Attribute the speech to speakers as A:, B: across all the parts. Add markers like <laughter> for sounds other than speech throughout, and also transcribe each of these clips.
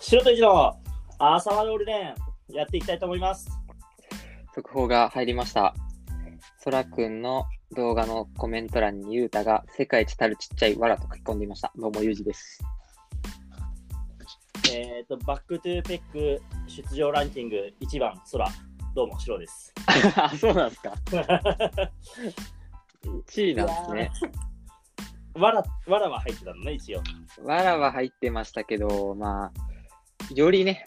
A: 白と一郎、朝まで俺ね、やっていきたいと思います。
B: 速報が入りました。そらくんの動画のコメント欄にゆうたが世界一たるちっちゃいわらと書き込んでいました。どうもゆうじです。
A: えっ、と、バックトゥーペック出場ランキング1番、空。どうも、白です。
B: あ、 <laughs> そうなんですか。1位なんですね。
A: わら、わらは入ってたのね、一応。
B: わらは入ってましたけど、まあ、よりね、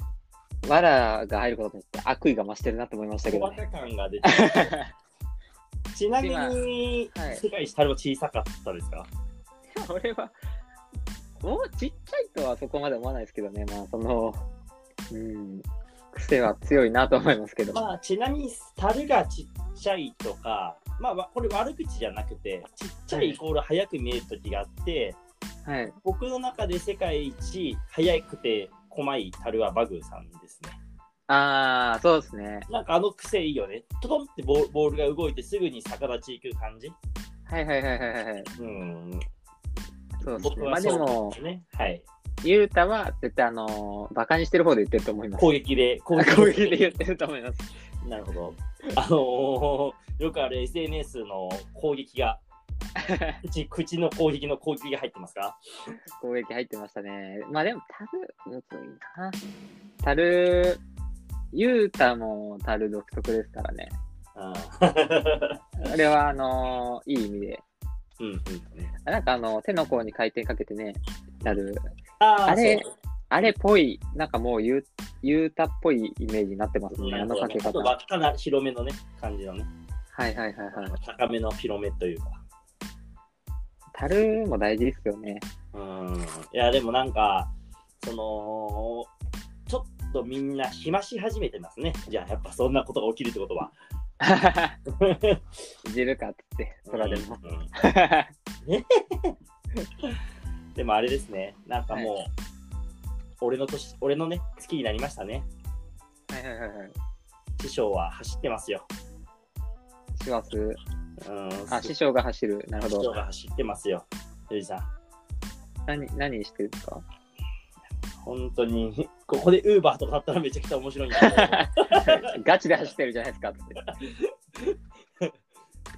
B: わらが入ることによって悪意が増してるなと思いましたけ
A: 小
B: ど
A: バ
B: ね。
A: カ感が出てるちなみに、
B: 今はい
A: 世界一樽は小さかったですか
B: <laughs> 俺は、もうちっちゃいとはそこまで思わないですけどね、まあ、その、うん、癖は強いなと思いますけど。
A: まあ、ちなみに、樽がちっちゃいとか、まあわ、これ悪口じゃなくて、ちっちゃいイコール早く見える時があって、
B: はい。
A: 僕の中で世界一早くて細い樽はバグーさんですね。
B: ああ、そうですね。
A: なんかあの癖いいよね。トトンってボボールが動いてすぐに逆立ち行く感じ。
B: はいはいはいはいはいはい。
A: うん。
B: そうです
A: 僕
B: ね。ま
A: は
B: あで
A: そう
B: も
A: で、すね。はい。
B: ゆうたは絶対あのー、バカにしてる方で言ってると思います。
A: 攻撃で、攻
B: あ <laughs> 攻撃で言ってると思います。
A: なるほど。あのーよくある SNS の攻撃
B: <laughs>
A: が、口口の攻撃の攻撃が入ってますか
B: 攻撃入ってましたね。まあでも、たる、むずいな。たる、ゆうたもたる独特ですからね。
A: うん。
B: あれはあのー、いい意味で。
A: うんうん
B: あなんかあの、手の甲に回転かけてね、たる。
A: あー
B: あれ
A: そう
B: あれっぽい、なんかもうゆう、ゆうたっぽいイメージになってます
A: うん
B: ね。あのかけ
A: ちょっと
B: 方。は
A: 輪
B: い
A: っかな広めのね、感じのね、
B: はいはいはい。
A: 高めの広めというか。
B: たるも大事ですよね。
A: うんいやでもなんかそのちょっとみんな暇し始めてますねじゃあやっぱそんなことが起きるってことは
B: <laughs> いじるかって言って、空でも。
A: うんうんでもあれですねなんかもう、俺の年俺のね月になりましたね
B: はいはいはいはい。
A: 師匠は走ってますよ、
B: 師走。
A: うん、
B: あ、師匠が走る。なる
A: 師
B: ほ
A: 匠
B: ど。
A: が走ってますよゆうじさん
B: 何、何してるんですか <laughs>
A: 本当にここでウーバーとかだったらめちゃくちゃ面白いんだけど
B: ガチで走ってるじゃないですかって。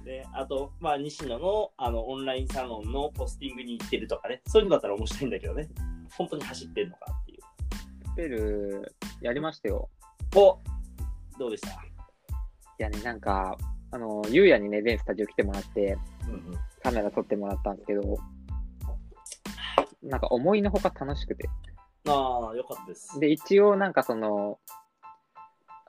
A: であと、まあ、西野のあのオンラインサロンのポスティングに行ってるとかね、そういうのだったら面白いんだけどね、本当に走ってるのかっていう。
B: ペルー、やりましたよ。
A: おどうでした
B: いやね、なんか、あの、ゆうやにね、全スタジオ来てもらって、
A: うんうん。
B: カメラ撮ってもらったんですけど、なんか思いのほか楽しくて。
A: ああ、よかったです。
B: で、一応なんかその、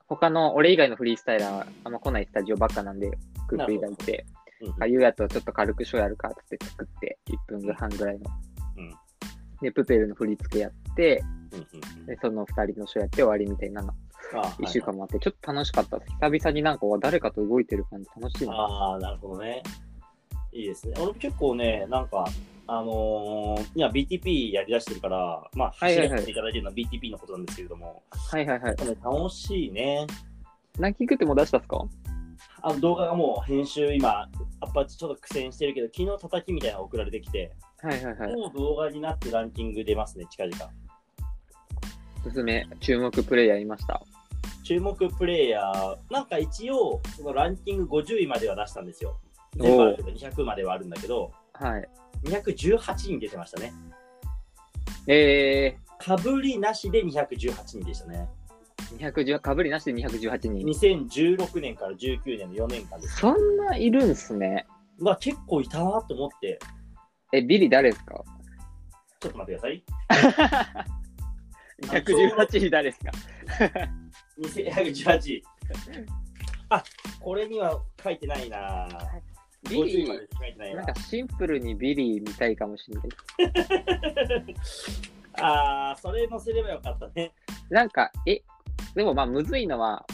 B: 他の、俺以外のフリースタイラー、あんま来ないスタジオばっかなんで、グループ以外って。
A: うんうん
B: あ、ゆうやとちょっと軽くショーやるかって作って、1分半ぐらいの。
A: うん
B: で、プペルの振り付けやって、
A: うんうん
B: でその2人のショーやって終わりみたいなの、
A: あー
B: 1週間もあって、ちょっと楽しかったです。久々になんかわ誰かと動いてる感じ楽しいな。
A: ああ、なるほどね。いいですね。俺も結構ね、なんか、あのー、今 BTP やりだしてるから、まあ、
B: はいはいは
A: 調
B: い
A: べていただいてるのは BTP のことなんですけれども、
B: はいはいはい。
A: なんかね楽しいね。
B: ランキングってもう出したっすか
A: あの動画がもう編集今、アッパーチちょっと苦戦してるけど、昨日叩きみたいなのが送られてきて、
B: はいはいはい。
A: もう動画になってランキング出ますね、近々。
B: おすすめ、注目プレイヤーいました。
A: 注目プレイヤー、なんか一応、そのランキング50位までは出したんですよ。
B: おー
A: 全部あるけど、200まではあるんだけど、
B: はい。
A: 218人出てましたね。
B: え
A: かぶりなしで218人でしたね。
B: ー、210、かぶりなしで218人。
A: 2016年から19年の4年間です。
B: そんないるんすね。
A: うわ、結構いたなと思って、
B: え、ビリ誰ですか
A: ちょっと待ってください。
B: ?118 位誰ですか
A: 2118位。
B: <laughs>
A: あ、これには書いてないな
B: ビ
A: 50ま
B: リ
A: でしか書いてない
B: ー、
A: な
B: なんかシンプルにビリー見たいかもしれない。
A: あー、それ載せればよかったね。
B: なんか、え、でもまあ、むずいのは、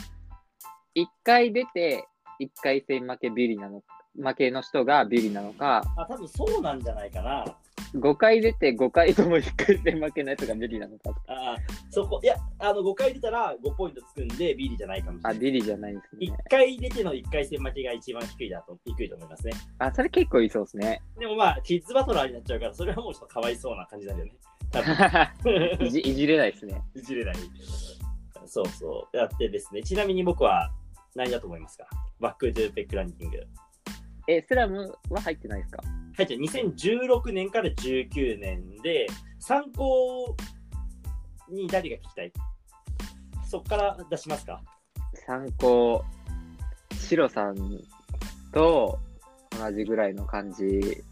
B: 1回出て、1回戦負けビリなの、負けの人がビリなのか、
A: あ、多分そうなんじゃないかな。
B: 5回出て5回とも1回戦負けのやつがビリなのか。
A: あーそこ、いや、あの、5回出たら5ポイントつくんで、ビリじゃないかもし
B: あ、
A: れない。
B: ビリじゃないんです
A: 1
B: ね。
A: 回出ての1回戦負けが一番低いだと、低いと思いますね。
B: あ、それ結構いそうですね。
A: でもまあ、キッズバトラーになっちゃうから、それはもうちょっとかわいそうな感じなんだよね。 <laughs> 多分
B: いじいじれないですね。
A: いじれない。そうそう。やってですね、ちなみに僕は何だと思いますかバックトゥーペックランキング。
B: え、スラムは入ってないですか
A: はい、じゃあ2016年から19年で、参考に誰が聞きたいそっから出しますか
B: 参考、シロさんと同じぐらいの感じ。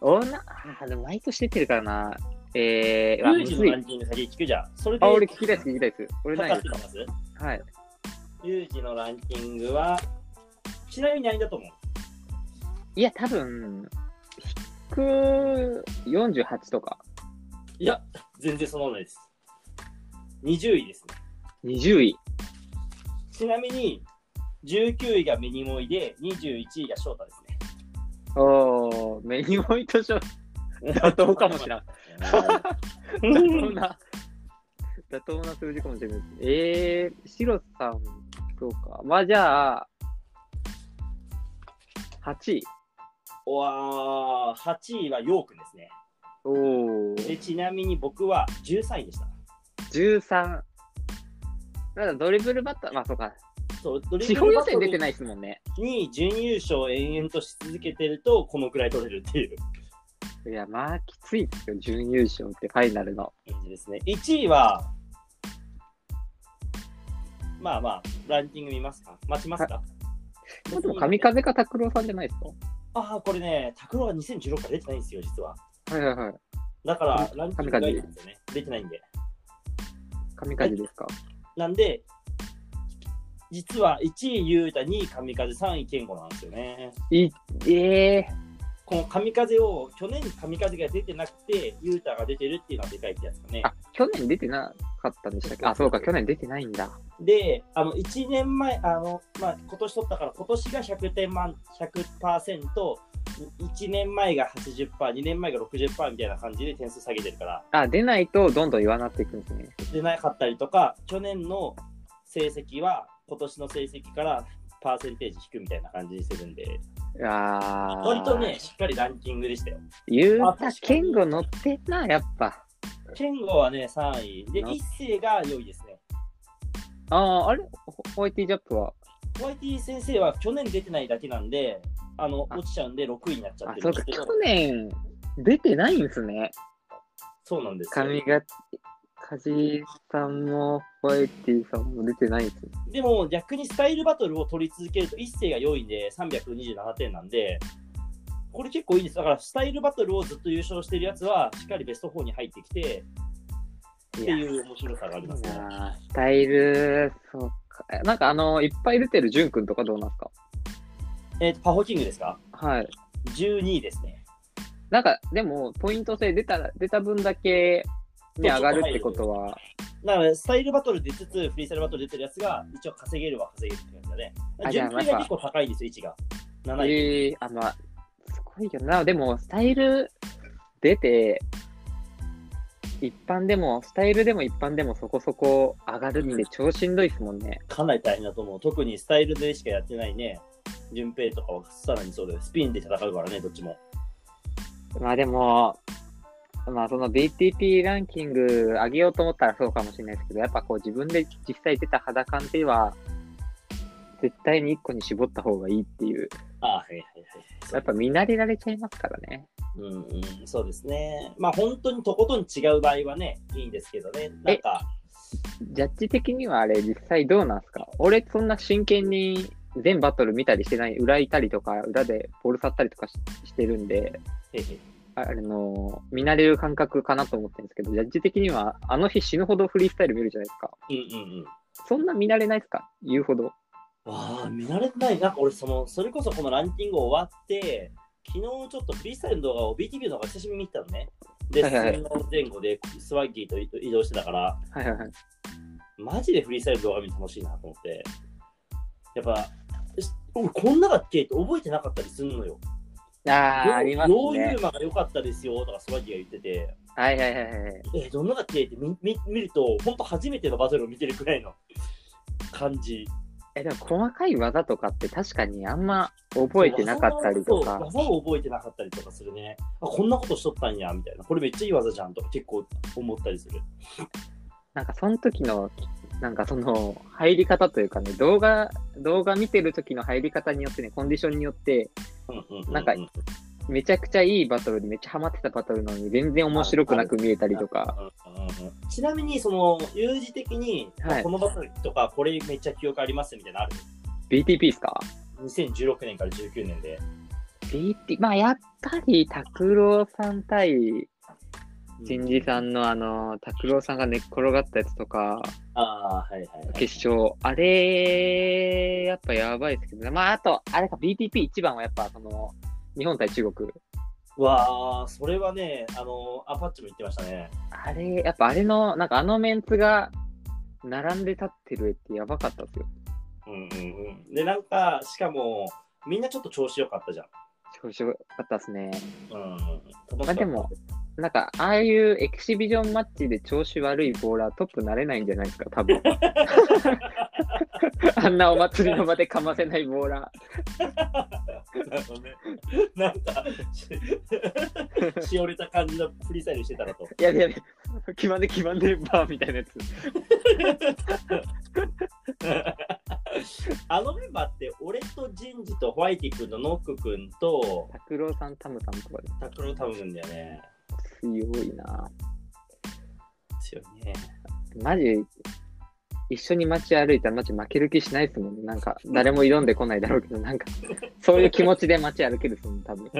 B: おな、あーでも毎年出てるからな。えー、
A: ユ
B: あ、
A: ー
B: む
A: ジ
B: ず
A: の
B: い
A: ランキング先聞くじゃん。それで、
B: あ、俺聞きたいです、聞きたいです。俺ない
A: 測
B: で
A: っ
B: す
A: てみ
B: か
A: ます
B: はい。
A: ユージのランキングは、ちなみに何だと思う
B: いや、多分、引く48とか、
A: いや、全然そのないです。20位ですね。
B: 20位。
A: ちなみに、19位がミニモイで、21位が翔太ですね。
B: おー、メニモイとしょ、 <laughs> 妥当かもしれん。妥当な、妥当な数字かもしれないです。えー、シロさんとか。まあ、じゃあ、8位。
A: <laughs> おわー8位はヨーくんですね。
B: お
A: で
B: ー、
A: ちなみに僕は13位でした。
B: 13。なんだ、ドリブルバッター、まあ、そうか。
A: そうドリ
B: 地
A: ブ
B: 方
A: ル
B: 予
A: バト
B: 選出て
A: ル
B: ないですもんね。
A: に準優勝を延々とし続けてると、このくらい取れるっていう
B: いや、まあ、きついですよ。準優勝って、ファイナルの。
A: 感じですね。1位は、まあまあ、ランキング見ますか待ちますか
B: まあでも、神風か拓郎さんじゃないですか
A: ああ、これね、拓郎は2016から出てないんですよ、実は。
B: はいはいはい。
A: だから、ランキング外なんですよね。出てないんで。
B: 神風ですか。
A: なんで、実は1位、雄太、2位、神風、3位、健吾なんですよね。
B: いええ
A: この神風を、去年神風が出てなくて、雄太が出てるっていうのはでかいってやつかね。
B: あ、去年出てなかったんでしたっけあ、そうか、去年出てないんだ。
A: で、あの1年前、あのまあ、今年取ったから、今年が100点満、100%、1年前が80%、2年前が60%みたいな感じで点数下げてるから、
B: あ、出ないとどんどん言わなっていくんですね。
A: 出なかったりとか、去年の成績は、今年の成績からパーセンテージ引くみたいな感じにするんで、
B: あー
A: 割とね、。しっかりランキングでしたよ。
B: ゆう
A: あ
B: た
A: 確か
B: け
A: に
B: んご乗ってんな、やっぱ。
A: 健吾はね、3位。で、
B: な
A: 一世が4位ですね。
B: あー、あれホホワイティジャップは。
A: YT 先生は去年出てないだけなんで、あの
B: あ
A: 落ちちゃうんで6位になっちゃ
B: あ
A: って、る
B: そ
A: んで
B: う
A: す
B: か、
A: け
B: 去
A: ど、
B: 年出てないんですね。
A: そうなんですよ
B: 神が、カジさんもホワイティさんも出てないんですね。
A: でも逆にスタイルバトルを取り続けると一世が4位で327点なんで、これ結構いいんです。だからスタイルバトルをずっと優勝してるやつは、しっかりベスト4に入ってきてって
B: いや
A: いう面白さがありますね。
B: あースタイル、そうか。えなんかあの、いっぱい出てるジュン君とかどうなんですか
A: えーと、パホキングですか
B: はい。
A: ?12 位ですね。
B: なんか、でも、ポイント制出たら、出た分だけ、ね、
A: そう
B: 上がるってことは、
A: だからスタイルバトル出つつ、フリースタイルバトル出てるやつが、一応稼げるは稼げるって感じだね。
B: あじゃあ
A: 順位が結構高いんですよ、位置が。7位。
B: ええあ、まあ、すごいよな。でも、スタイル出て、一般でも、スタイルでも一般でもそこそこ上がるって超しんどいですもんね。
A: かなり大変だと思う。特にスタイルでしかやってないね。順平とかはさらにそうだよ。スピンで戦うからね、どっちも。
B: まあでも、まあその BTP ランキング上げようと思ったらそうかもしれないですけど、やっぱこう自分で実際出た肌感では、絶対に一個に絞った方がいいっていう、
A: ああ、はいはいはい。
B: やっぱ見慣れられちゃいますからね。
A: うんうん、そうですね。まあ本当にとことん違う場合はね、いいんですけどね。なんか、
B: ジャッジ的にはあれ実際どうなんすか俺そんな真剣に全バトル見たりしてない、裏いたりとか、裏でボール去ったりとかししてるんで、
A: へへ
B: ああのー見慣れる感覚かなと思ってるんですけど、ジャッジ的にはあの日死ぬほどフリースタイル見るじゃないですか。
A: うんうんうん。
B: そんな見慣れないですか言うほど。
A: わあ、見慣れてない。なんか俺、その、それこそこのランキング終わって、昨日ちょっとフリースタイルの動画を BTV の動画久しぶりに見たのね。で、
B: はいはいはい
A: その前後でスワッギーと移動してたから、
B: はいはいはい。
A: マジでフリースタイルの動画見て楽しいなと思って。やっぱ、し俺こんなだっけって覚えてなかったりするのよ。
B: あー、あります
A: ヨー
B: ね
A: ユ。ーマが良かったですよとかスワッギーが言ってて。
B: はいはいはいはい。
A: えーどんなだっけって見見見ると、本当初めてのバトルを見てるくらいの感じ。
B: え、でも細かい技とかって確かにあんま覚えてなかったりとか。
A: そう技を覚えてなかったりとかするね。あ、こんなことしとったんや、みたいな。これめっちゃいい技じゃんとか結構思ったりする。
B: なんかその時の、なんかその入り方というかね、動画、動画見てる時の入り方によってね、コンディションによって、
A: うんうんうんうん
B: なんかめちゃくちゃいいバトルでめっちゃハマってたバトルなのに全然面白くなく見えたりとか。
A: うんうんうんちなみに、その、有事的に、
B: はい
A: このバトルとか、これめっちゃ記憶ありますみたいなのある。
B: BTP ですか
A: 2016年から19年で。
B: ?BT、まあやっぱり拓郎さん対
A: うん
B: 新次さんのあの、拓郎さんが寝っ転がったやつとか、
A: ああ、はいはい、はい。
B: 決勝、あれ、やっぱやばいですけどね。まああと、あれか BTP1 番はやっぱその、日本対中国。
A: わあ、それはね、あの、アパッチも言ってましたね。
B: あれ、やっぱあれの、なんかあのメンツが並んで立ってる絵ってやばかったですよ。
A: うんうんうん。で、なんか、しかも、みんなちょっと調子良かったじゃん。
B: 調子よかったですね。
A: うん。楽し
B: ま
A: か
B: あ
A: っ
B: で
A: た
B: も、なんかああいうエキシビジョンマッチで調子悪いボーラートップなれないんじゃないですか、多分。あんなお祭りの場でかませないボーラ
A: なるほどね。 <laughs> なんか、し <laughs> しおれた感じのフリースタイルしてたらと。
B: ー。いやいやい <laughs> や、決まんで決まんでバーみたいなやつ。
A: あのメンバーって、俺とジンジとホワイティ君のノック君と、
B: 拓郎さん、タムさんとかで
A: タクロ多分だよね。
B: 強いな
A: ですよね。
B: マジ、一緒に街歩いたらマジ負ける気しないですもんね。なんか、誰も挑んでこないだろうけど、なんか、そういう気持ちで街歩けるっすもん、多分。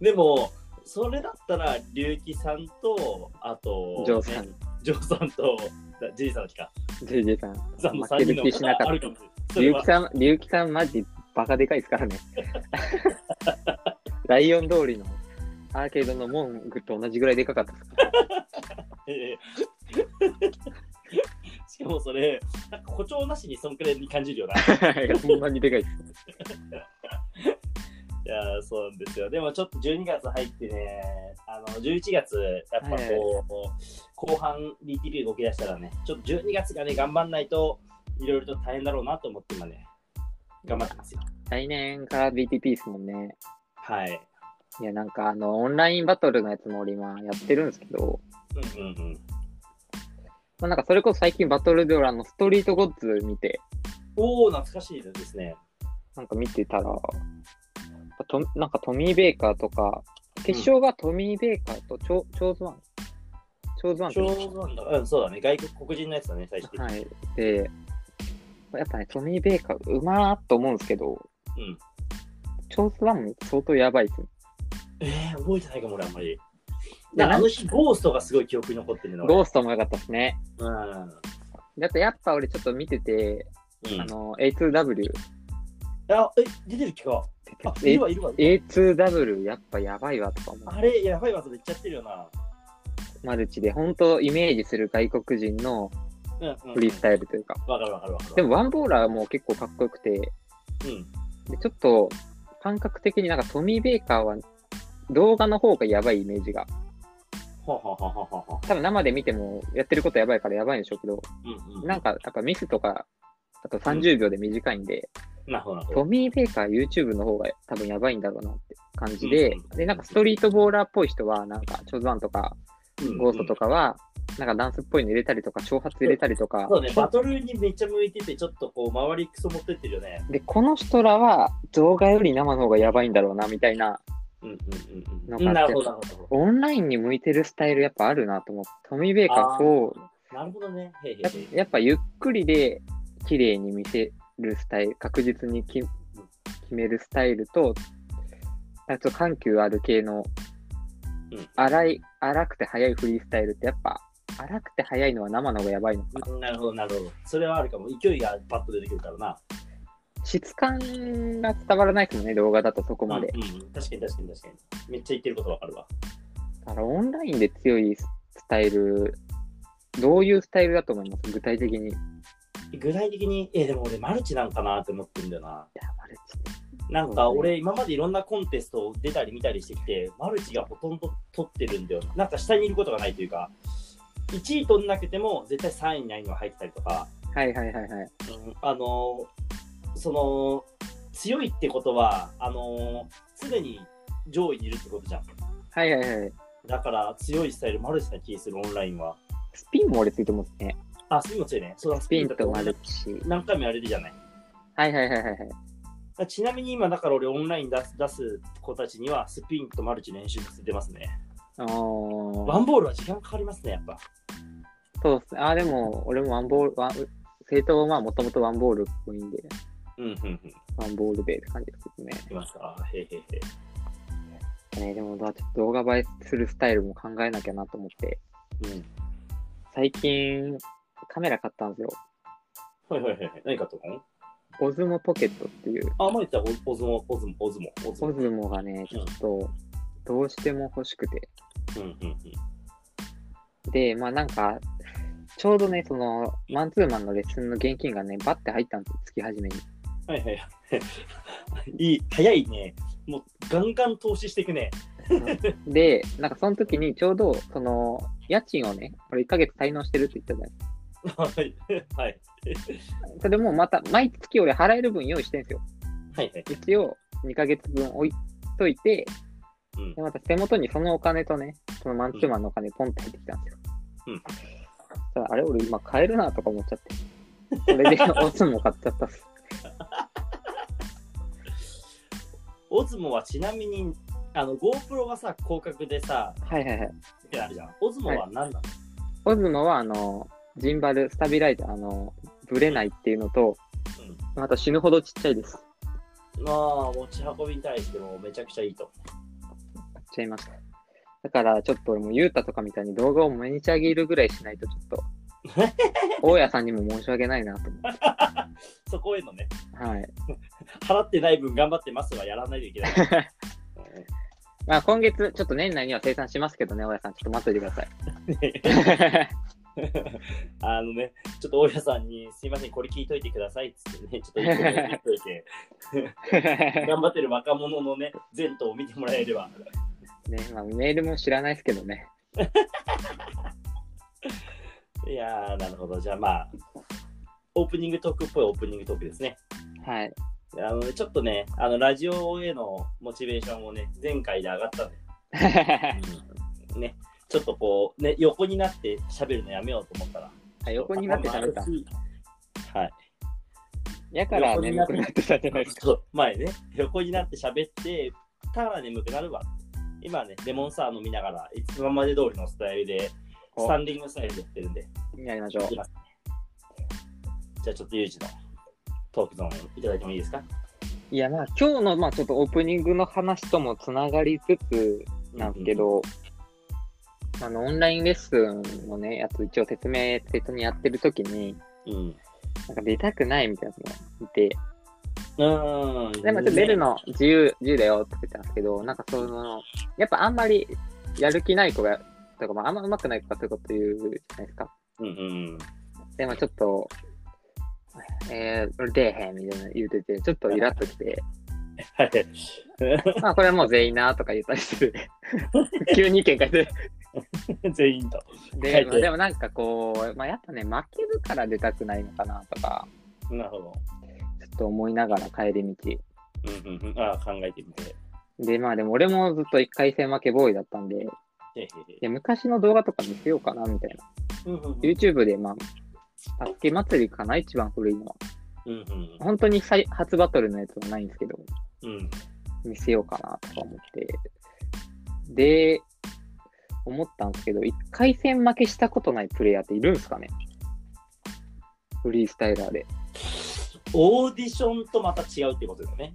A: でも、それだったら、龍騎さんと、あと、
B: ジョーさん
A: ね、ジョーさんと、だジンさんの時か。
B: JJ さん。
A: ジンさん
B: 負
A: の3
B: け
A: 人
B: る
A: の
B: 気しなかった
A: あるかもしれないそれ
B: 龍
A: は
B: 木さん、龍木さん、マジ、バカでかいですからね。ライオン通りのアーケードのモングと同じぐらいでかかったっすから。
A: ええしかもそれ、なんか誇張なしにそんくらいに感じるよ <laughs> な。
B: そんなにでかいっす。
A: いやーそうなんですよ。でもちょっと12月入ってね、あの11月、やっぱこう、後半 DTP 動き出したらね、ちょっと12月がね、頑張んないといろいろと大変だろうなと思って今ね、頑張ってますよ。
B: 来年から BTP っすもんね。
A: はい。
B: いや、なんか、あの、オンラインバトルのやつも俺今やってるんですけど、
A: うんうんうん。
B: まあ、なんか、それこそ最近バトルで俺、あの、ストリートゴッズ見て、
A: おー、懐かしいですね。
B: なんか見てたら、となんかトミー・ベイカーとか、決勝がトミー・ベイカーとチョ,、チョーズワン。チョーズワンっ
A: ち
B: て
A: ょうどなんだ、うん、そうだね、外国黒人のやつだね、最初。
B: はい。で、やっぱね、トミー・ベイカーうまーっと思うんですけど、
A: うん
B: チョーズワンも相当やばいですね。
A: えー、覚えてないかも、俺あんまり。
B: や
A: あの日、ゴーストがすごい記憶に残ってるの。
B: ゴ
A: 俺
B: ーストも良かったですね。
A: うん。
B: だってやっぱ俺ちょっと見てて、
A: うん
B: あの、A2W。
A: あ、え、出てる気か。あ、いるわ、いるわ。
B: A2W やっぱやばいわとか思う。
A: あれ、やばい技めっちゃやってるよな。
B: マルチで、本当イメージする外国人の
A: うんうん。
B: フリースタイルというか。
A: わかるわかるわかる。
B: でもワンボーラーも結構かっこよくて、
A: うん。
B: でちょっと感覚的になんかトミー・ベイカーは動画の方がやばいイメージが。
A: はははははは。
B: 多分生で見てもやってることやばいからやばいんでしょうけど、
A: うんうん。
B: なんか、やっぱミスとか、あと30秒で短いんで、
A: なるほどなるほ
B: ト
A: ど。
B: ミー・ベイカー YouTube の方が多分やばいんだろうなって感じで、
A: うん
B: で、なんかストリートボーラーっぽい人は、なんか、チョーズワンとか、ゴーストと
A: か。
B: かは、なんかダンスっぽいの入れたりとか、挑発入れたりとか、
A: そうね、バトルにめっちゃ向いてて、ちょっとこう、周りクソ持ってってるよね。
B: で、この人らは動画より生の方がやばいんだろうな、みたいな、
A: うんうんうん
B: な
A: うんん。
B: かあっ
A: なる
B: て
A: ほどなるほ
B: オンラインに向いてるスタイルやっぱあるなと思って、トミー・ベイカーこう、
A: ど。なるほどね。へいへい
B: やっ
A: へい。
B: やっぱゆっくりで綺麗に見せるスタイル確実にき決めるスタイルとあと緩急ある系の
A: うん
B: 荒い荒くて速いフリースタイルってやっぱ荒くて速いのは生の方がやばいのかな
A: うんなるほどなるほど。それはあるかも。勢いがパッと出てくるからな。
B: 質感が伝わらないですもんね動画だとそこまで、
A: うんうん。確かに確かに確かに。めっちゃ言ってることわかるわ。
B: だからオンラインで強いスタイルどういうスタイルだと思います具体的にいや
A: 具体的に、え、でも俺、マルチなんかなって思ってんだよな。
B: マルチ
A: なんか俺、今までいろんなコンテストを出たり見たりしてきて、マルチがほとんど取ってるんだよな。なんか下にいることがないというか、1位取んなくても絶対3位にないのが入ってたりとか、
B: はいはいはいはい。
A: うんあのーその強いってことはあのー常に上位にいるってことじゃん
B: はいはいはい。
A: だから強いスタイルもあるような気がするオンラインは
B: スピンも俺ついてますね。
A: あスピンも強いねそうだ
B: スピンとマ
A: だっ
B: ル
A: て
B: チ。
A: 何回もやれるじゃないだか
B: はいはいはいはいはい。
A: らちなみに今だから俺オンライン出す出す子たちにはスピンとマルチ練習させてますね
B: お
A: ワ
B: ー
A: ンボールは時間かかりますねやっぱ
B: そうっすね。あ、でも、俺もワンボール、ワン、正当はもともとワンボールっぽいんで、
A: うんうんうん
B: ワンボールでって感じですけどね。
A: いますかへーへーへー
B: えーでも、まあちょっと動画映えするスタイルも考えなきゃなと思って、
A: うん
B: 最近、カメラ買ったんですよ。
A: はいはいはいはい何かと思う
B: オズモポケットっていう、
A: あ、前言ったらオオズモ、オズモ、オズモ、オズモ。
B: オズモがね、ちょっと、どうしても欲しくて。
A: うんうんうん。
B: で、まあなんか、ちょうどね、その、マンツーマンのレッスンの現金がね、バッて入ったんですよ、月始めに。
A: はいはいはい。 <laughs> いい、早いね。もうガンガン投資していくね。
B: で、なんかその時にちょうど、その、家賃をね、これ1ヶ月滞納してるって言ったじゃないで
A: <laughs> はい。はい。
B: すか。それもまた、毎月俺払える分用意してるんですよ。
A: はいはい。
B: 一応、2ヶ月分置いといて、
A: うん
B: で、また手元にそのお金とね、そのマンツーマンのお金ポンって入ってきたんですよ。
A: うん
B: ただあれ、俺今買えるなとか思っちゃって。それ
A: <laughs>
B: で、オスも買っちゃったっす。
A: オズモはちなみに、あの、GoPro がさ、広角でさ、
B: はいはいはい。
A: ってあるじゃん。オズモは何なの、
B: オズモはあのジンバル、スタビライザー、あのブレないっていうのと、あと死ぬほどちっちゃいです。
A: まあ、持ち運びに対してもめちゃくちゃいいと。
B: 買っちゃいました。だからちょっと俺もユータとかみたいに動画を毎日上げるぐらいしないとち <laughs> ょっと、大家さんにも申し訳ないなと思って。
A: そこへのね、
B: はい。
A: 払ってない分頑張ってますはやらないといけ <laughs> ない。
B: まあ今月、ちょっと年内には生産しますけどね、大家さん、ちょっと待っといてください。
A: あのね、ちょっと大家さんに、すいません、これ聞いといてくださいっつってね、ちょっと一個だけ言っとい
B: <laughs>
A: て、頑張ってる若者のね、前途を見てもらえれば。
B: ねまあ、メールも知らないですけどね。
A: いやー、なるほど。じゃあまあ、オープニングトークっぽいオープニングトークですね。
B: <laughs> はい。
A: あのねちょっとね、あのラジオへのモチベーションもね、前回で上がったんで、ね、ちょっとこう、ね、横になって喋るのやめようと思ったら。
B: 横になって喋った。
A: た。はい。
B: やから眠くなってたじゃない <laughs> ですか。
A: <laughs> そう前ね、横になって喋って、たら眠くなるわ。今ね、レモンサワー飲みながら、いつもまで通りのスタイルで、スタンディングスタイルでやってるんで、
B: やりましょう
A: いき。ますねじゃあちょっとユージのトークゾーンいただいてもいいですか
B: いや、まあ、今日の、まあ、ちょっとオープニングの話ともつながりつつなんですけど、あの、オンラインレッスンのね、やつ一応説明、説にやってる時に、
A: うん。
B: なんか出たくないみたいなのがいて、
A: うん。
B: でもちょっと出るの自由、自由だよって言ってたんですけど、なんかその、やっぱあんまりやる気ない子が、とか、まあ、あんま上手くない子がそういうこと言うじゃないですか。
A: うんうん。
B: で、まあ、ちょっと、えー、俺出えへんみたいなの言うてて、ちょっとイラっときて、
A: はい。 <laughs>
B: まあ、これはもう全員なとか言ったりする。急に意見変えて。
A: 全員と。は
B: で
A: い
B: まあでもなんかこう、まあ、やっぱね、負けるから出たくないのかなとか、
A: なるほど。
B: ちょっと思いながら帰り道。
A: うんうんうん。ああ、考えてみて。
B: で、まあでも俺もずっと1回戦負けボーイだったんで、
A: へへへ
B: で昔の動画とか見せようかなみたいな。
A: うんうんうん
B: YouTube で、まあ、助け祭りかな一番古いのは。
A: うんうん
B: 本当に最初バトルのやつはないんですけど、
A: うん。
B: 見せようかなとか思って。で、思ったんですけど、1回戦負けしたことないプレイヤーっているんですかねフリースタイラーで。
A: オーディションとまた違うってことだよね。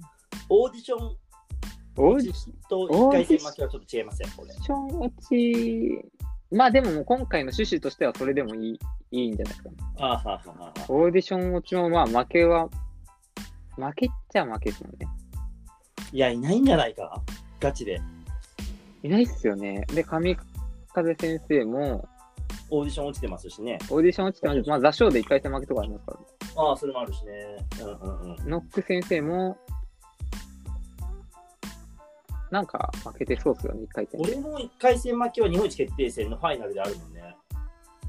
A: オーディション
B: オーディ
A: と一回戦負けはちょっと違いますよ、これ。
B: ション落ち、まあでももう今回の趣旨としてはそれでもいいいいんじゃないですか、ね。
A: ああ、はあはあはあ。
B: オーディション落ちもまあ負けは、負けっちゃ負けですもんね。
A: いや、いないんじゃないか。ガチで。
B: いないっすよね。で、上風先生も、
A: オーディション落ちてますしね。
B: オーディション落ちてますまあ座礁で1回戦負けとかありますから、ね。
A: ああ、それもあるしね。うんうんうん。
B: ノック先生も、なんか負けてそうっすよね、1回戦。
A: 俺も1回戦負けは日本一決定戦のファイナルであるもんね。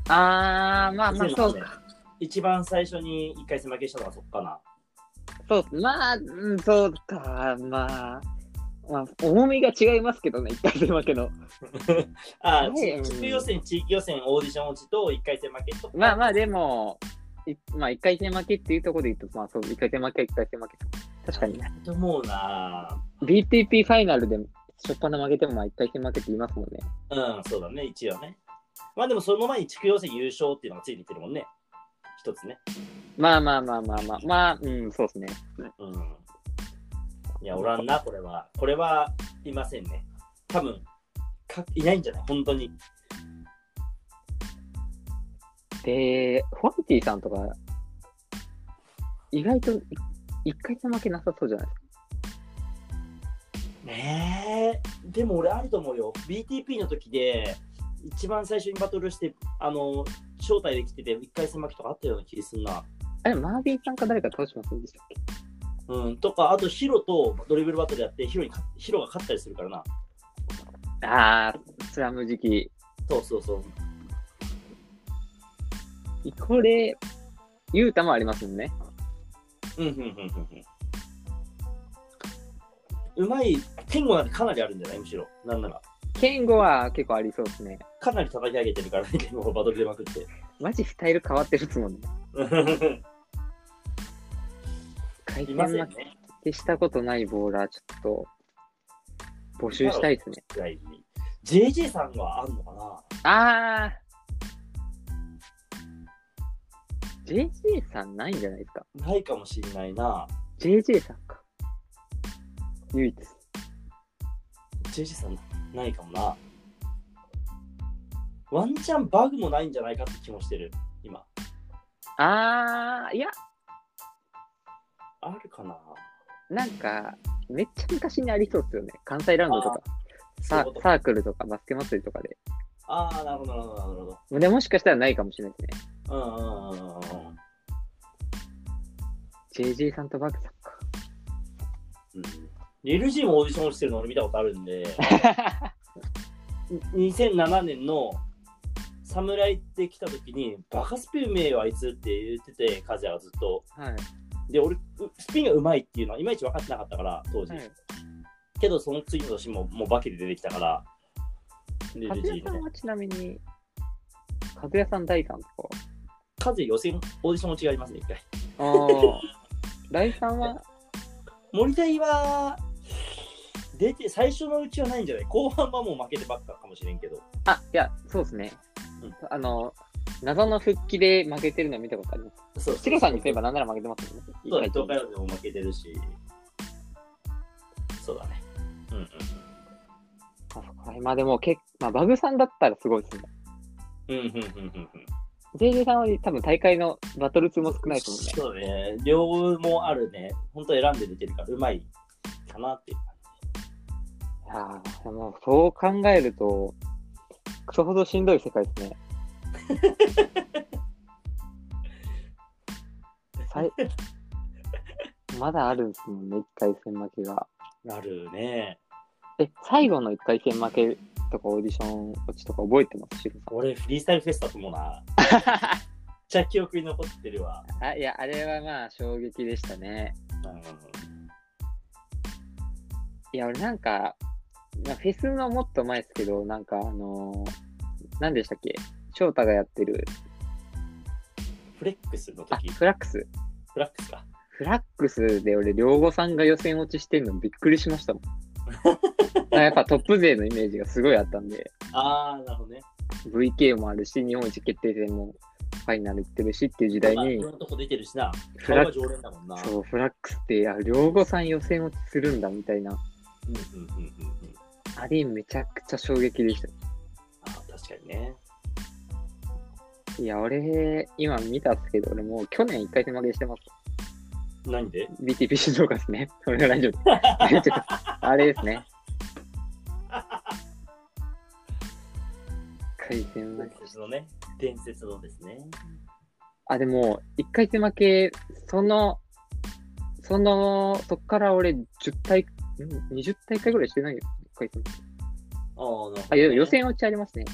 B: あー、ま
A: 以
B: あまあ
A: 前
B: そ
A: の
B: う
A: ね
B: か。
A: 一番最初に1回戦負けしたのはそっかな。
B: そう、まあ、うんそうか、まあ、まあ、重みが違いますけどね、一回戦負けの。
A: ああ、
B: ねえ
A: 地区予選、地域予選、オーディション落ちと1回戦負けと。
B: まあまあ、でも、いまあ、一回戦負けっていうところで言うと、まあ、そう、一回戦負け、一回戦負け。確かに、ね、
A: と思うな
B: BTP ファイナルで初っ端負けても、まあ、一回戦負けって言いますもんね。
A: うん、そうだね、一応ね。まあでもその前に地区予選優勝っていうのがついに言ってるもんね。一つね。
B: まあまあまあまあまあ、まあ、うん、そうですね。
A: うん。いや、おらんな、これは。これは、いませんね。多分かいないんじゃない本当に。
B: で、ホワイティさんとか、意外とい一回戦負けなさそうじゃないですか。
A: ねえ。でも俺あると思うよ。BTP の時で、一番最初にバトルして、あの、招待できてて、一回戦負けとかあったような気がするな。
B: あれ、マービーさんか誰か倒しませんでしたっけ
A: うん、とか、あとヒロとドリブルバトルやって、ヒロに勝ヒロが勝ったりするからな。
B: ああ、スラム時期。
A: そうそうそう。
B: これ、ユータもありますもんね。
A: うんうんうんうんうん。うまい、天狗なんてかなりあるんじゃないむしろ。なんなら。
B: ケンゴは結構ありそうですね。
A: かなり叩き上げてるからね、 <laughs> 天狗をバトルでまくって。
B: マジスタイル変わってるっすもんね。回
A: い
B: 転
A: ますよ
B: 負
A: ね。
B: けしたことないボーラー、ちょっと、募集したいですね。
A: ぐらいに。JJ さんはあるのかな
B: あー。JJ さんないんじゃないですか。
A: ないかもしれないな。
B: JJ さんか。唯一。
A: JJ さんないかもな。ワンチャンバグもないんじゃないかって気もしてる、今。
B: あー、いや、
A: あるかな
B: なんか、めっちゃ昔にありそうですよね。関西ラウンドとか、
A: そうい
B: サ
A: うこと
B: サークルとか、バスケ祭りとかで。
A: ああ、なるほど、なるほど、なるほど。
B: でもしかしたらないかもしれないですね。
A: うんうんうんうんうん。
B: JJ さんとバグさんか。
A: うんリルジーもオーディション落ちてるの俺見たことあるん
B: <laughs>
A: で、2007年の侍って来た時に、バカスピンうめえよ、あいつって言ってて、カズヤがずっと。
B: はい。
A: で、俺、うスピンがうまいっていうのはいまいち分かってなかったから、当時。
B: はい
A: けど、その次の年ももうバケで出てきたから、リ
B: 和
A: ルジ
B: 也
A: ー
B: さん
A: ね。
B: はちなみに、和也さん第3とか。
A: カズヤ予選、オーディション落ちがありますね、一回。
B: ああ。第3は、
A: <laughs> 森田井は、出て、最初のうちはないんじゃない後半はもう負けてばっかかもしれんけど。
B: あ、いや、そうですね
A: うん。
B: あの、謎の復帰で負けてるの見たことあります。
A: そう
B: シロさんにすればなんなら負けてますもんね。
A: そうだね、
B: 一回
A: 東
B: 戦
A: 海道でも負けてるし。そうだね。うんうん
B: あそっかまあでも、けまあ、バグさんだったらすごいですね。
A: うん。うんうんうんうんうん。
B: JJ さんは多分大会のバトル数も少ないと思うね。
A: そうだね。両もあるね。本当選んで出てるから、うまいかなっていう
B: いやーもうそう考えると、クソほどしんどい世界 <laughs> ですね。さいまだあるんですもんね、一回戦負けが。
A: なるね。
B: え、最後の一回戦負けとかオーディション落ちとか覚えてますシロ
A: 俺、フリースタイルフェスだと思う
B: <laughs>
A: な。めっちゃ記憶に残ってるわ。
B: さん。あいや、あれはまあ衝撃でしたね。
A: うん
B: いや、俺なんか、まあ、フェスのもっと前ですけど、なんかあのー、何でしたっけ翔太がやってる、
A: フレックスの
B: あ
A: 時、、フ
B: フラックス。
A: ラックスか。
B: フラックスで俺、両子さんが予選落ちしてんのびっくりしましたもん。やっぱトップ勢のイメージがすごいあったんで、
A: あー、なるほどね。
B: VK もあるし、日本一決定戦もファイナル行ってるしっていう時代
A: まあ
B: に
A: いろ、んなとこ出てるしな。
B: フ
A: 顔
B: ラ
A: が
B: ッ
A: 常連だもんな。
B: そう、フラックスって、あ、両子さん予選落ちするんだみたいな、
A: うんうんうんうんうん。
B: あれめちゃくちゃ衝撃でした。
A: あー、確かにね。
B: いや、俺、今見たんですけど、俺もう去年一回戦負けしてます。
A: 何で
B: BTP 静岡ですね。それが大丈夫。大丈夫 <laughs> あれですね。回転負
A: 伝
B: け。
A: 説のね、伝説のですね。
B: あ、でも、一回戦負け、その、その、そっから俺、10大、ん20大会ぐらいしてないよ。一回戦負け
A: ああ、なるほどね
B: あ、よ予選落ちありますね。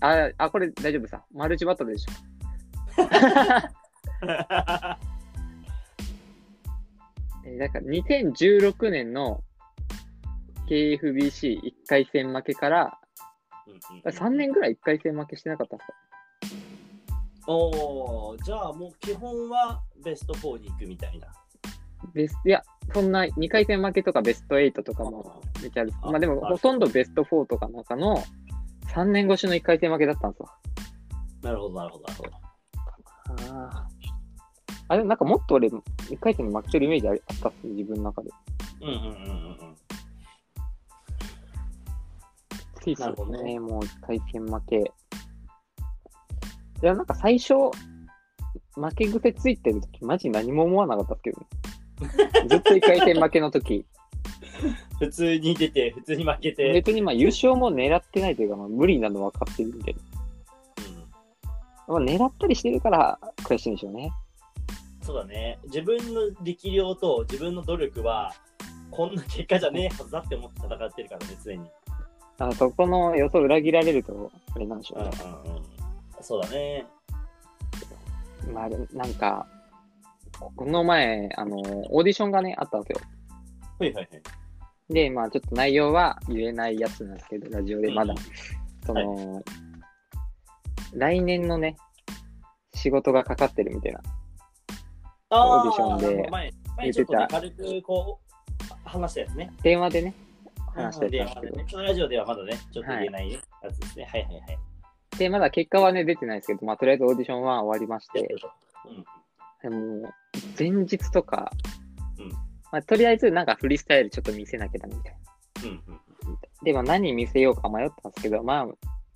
B: あ、あ、これ大丈夫さ。マルチバトルでしょ。 <laughs> えーだから2016年の KFBC1 回戦負けから、
A: うんうん
B: 3年ぐらい1回戦負けしてなかったんですか
A: おーじゃあもう基本はベスト4に行くみたいな。
B: ベスいや、そんな2回戦負けとかベスト8とかもめっちゃある。まあでもほとんどベスト4とかの中の3年越しの1回戦負けだったんですわ。
A: なるほど、なるほど、なるほど。
B: ああれ、なんかもっと俺、1回戦に負けてるイメージあったっすね、自分の中で。
A: うんうんうんうんうん。
B: つい
A: なるほどね
B: ね、もう1回戦負け。いや、なんか最初、負け癖ついてる時マジ何も思わなかったっすけど
A: <laughs>
B: ね。ずっと1回戦負けの時
A: 普通に出て、普通に負けて。
B: 別にまあ優勝も狙ってないというか、まあ、無理なの分かってるんで、
A: うん
B: まあ、狙ったりしてるから悔しいんでしょうね。
A: そうだね。自分の力量と自分の努力は、こんな結果じゃねえはずだって思って戦ってるからね、常に。
B: あのそこの予想裏切られると、あれなんでしょ
A: う
B: うん
A: う
B: ね。
A: んうん。そうだね。
B: まあ、でもなんか、この前、あの、オーディションがね、あったんですよ。
A: はいはいはい。
B: で、まあ、ちょっと内容は言えないやつなんですけど、ラジオでまだ
A: うん、
B: その、来年のね、仕事がかかってるみたいな。
A: あー
B: オーディションで
A: 前、
B: 言
A: 前
B: っ
A: ちょ
B: て
A: っと、ね
B: た、
A: 軽くこう、話したやつね。
B: 電話でね、話した
A: で
B: やつなんですけ
A: ね。ラジオではまだね、ちょっと
B: はい
A: 言えないやつですね。はいはいはい。
B: ど。で、まだ結果はね、出てないですけど、まあ、とりあえずオーディションは終わりまし
A: やってて、るとうん
B: でも、前日とか、
A: うん
B: まあ、とりあえずなんかフリースタイルちょっと見せなきゃだみたいな。
A: うんうん
B: で、まあ、何見せようか迷ったんですけど、まあ、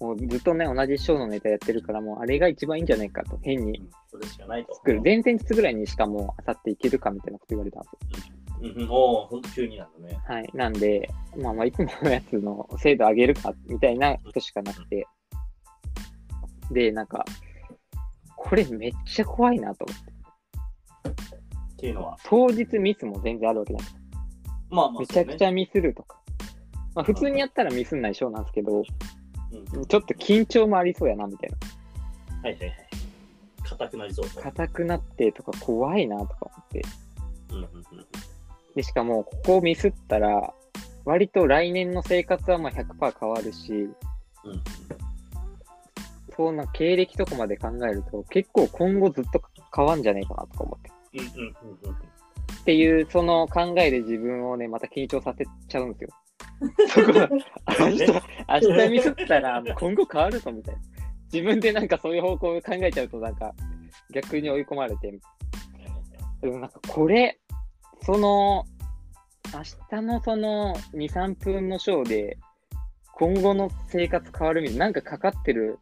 B: もうずっとね、同じショーのネタやってるから、もうあれが一番いいんじゃないかと、変に
A: うんそれしかないと。
B: 作る。前々日ぐらいにしかもう、あさっていけるかみたいなこと言われたんですよ。
A: うんうん、おお、ほんと急になんだね。
B: はい。なんで、まあまあ、いつものやつの精度上げるか、みたいなことしかなくて。で、なんか、これめっちゃ怖いなと思って。
A: っていうのは。
B: 当日ミスも全然あるわけじゃないですか
A: まあまあ、
B: めちゃくち
A: ゃ。
B: ゃミスるとか。まあ、普通にやったらミスんないショーなんですけど、
A: うん
B: ちょっと緊張もありそうやなみたいな。
A: はいはいはい。硬くなりそうと。
B: 硬くなってとか怖いなとか思って。
A: うんうんうん
B: で、しかも、ここをミスったら、割と来年の生活はまあ100%変わるし、
A: うんうん
B: そんな経歴とかまで考えると、結構今後ずっと変わんじゃないかなとか思って。
A: うんうんうんうん
B: っていう、その考えで自分をね、また緊張させちゃうんですよ。そこ、明日、明日ミスったら、もう今後変わるぞみたいな。自分でなんかそういう方向を考えちゃうと、なんか、逆に追い込まれて、でもなんかこれ、その、明日のその2、3分のショーで、今後の生活変わるみたいな、なんかかかってる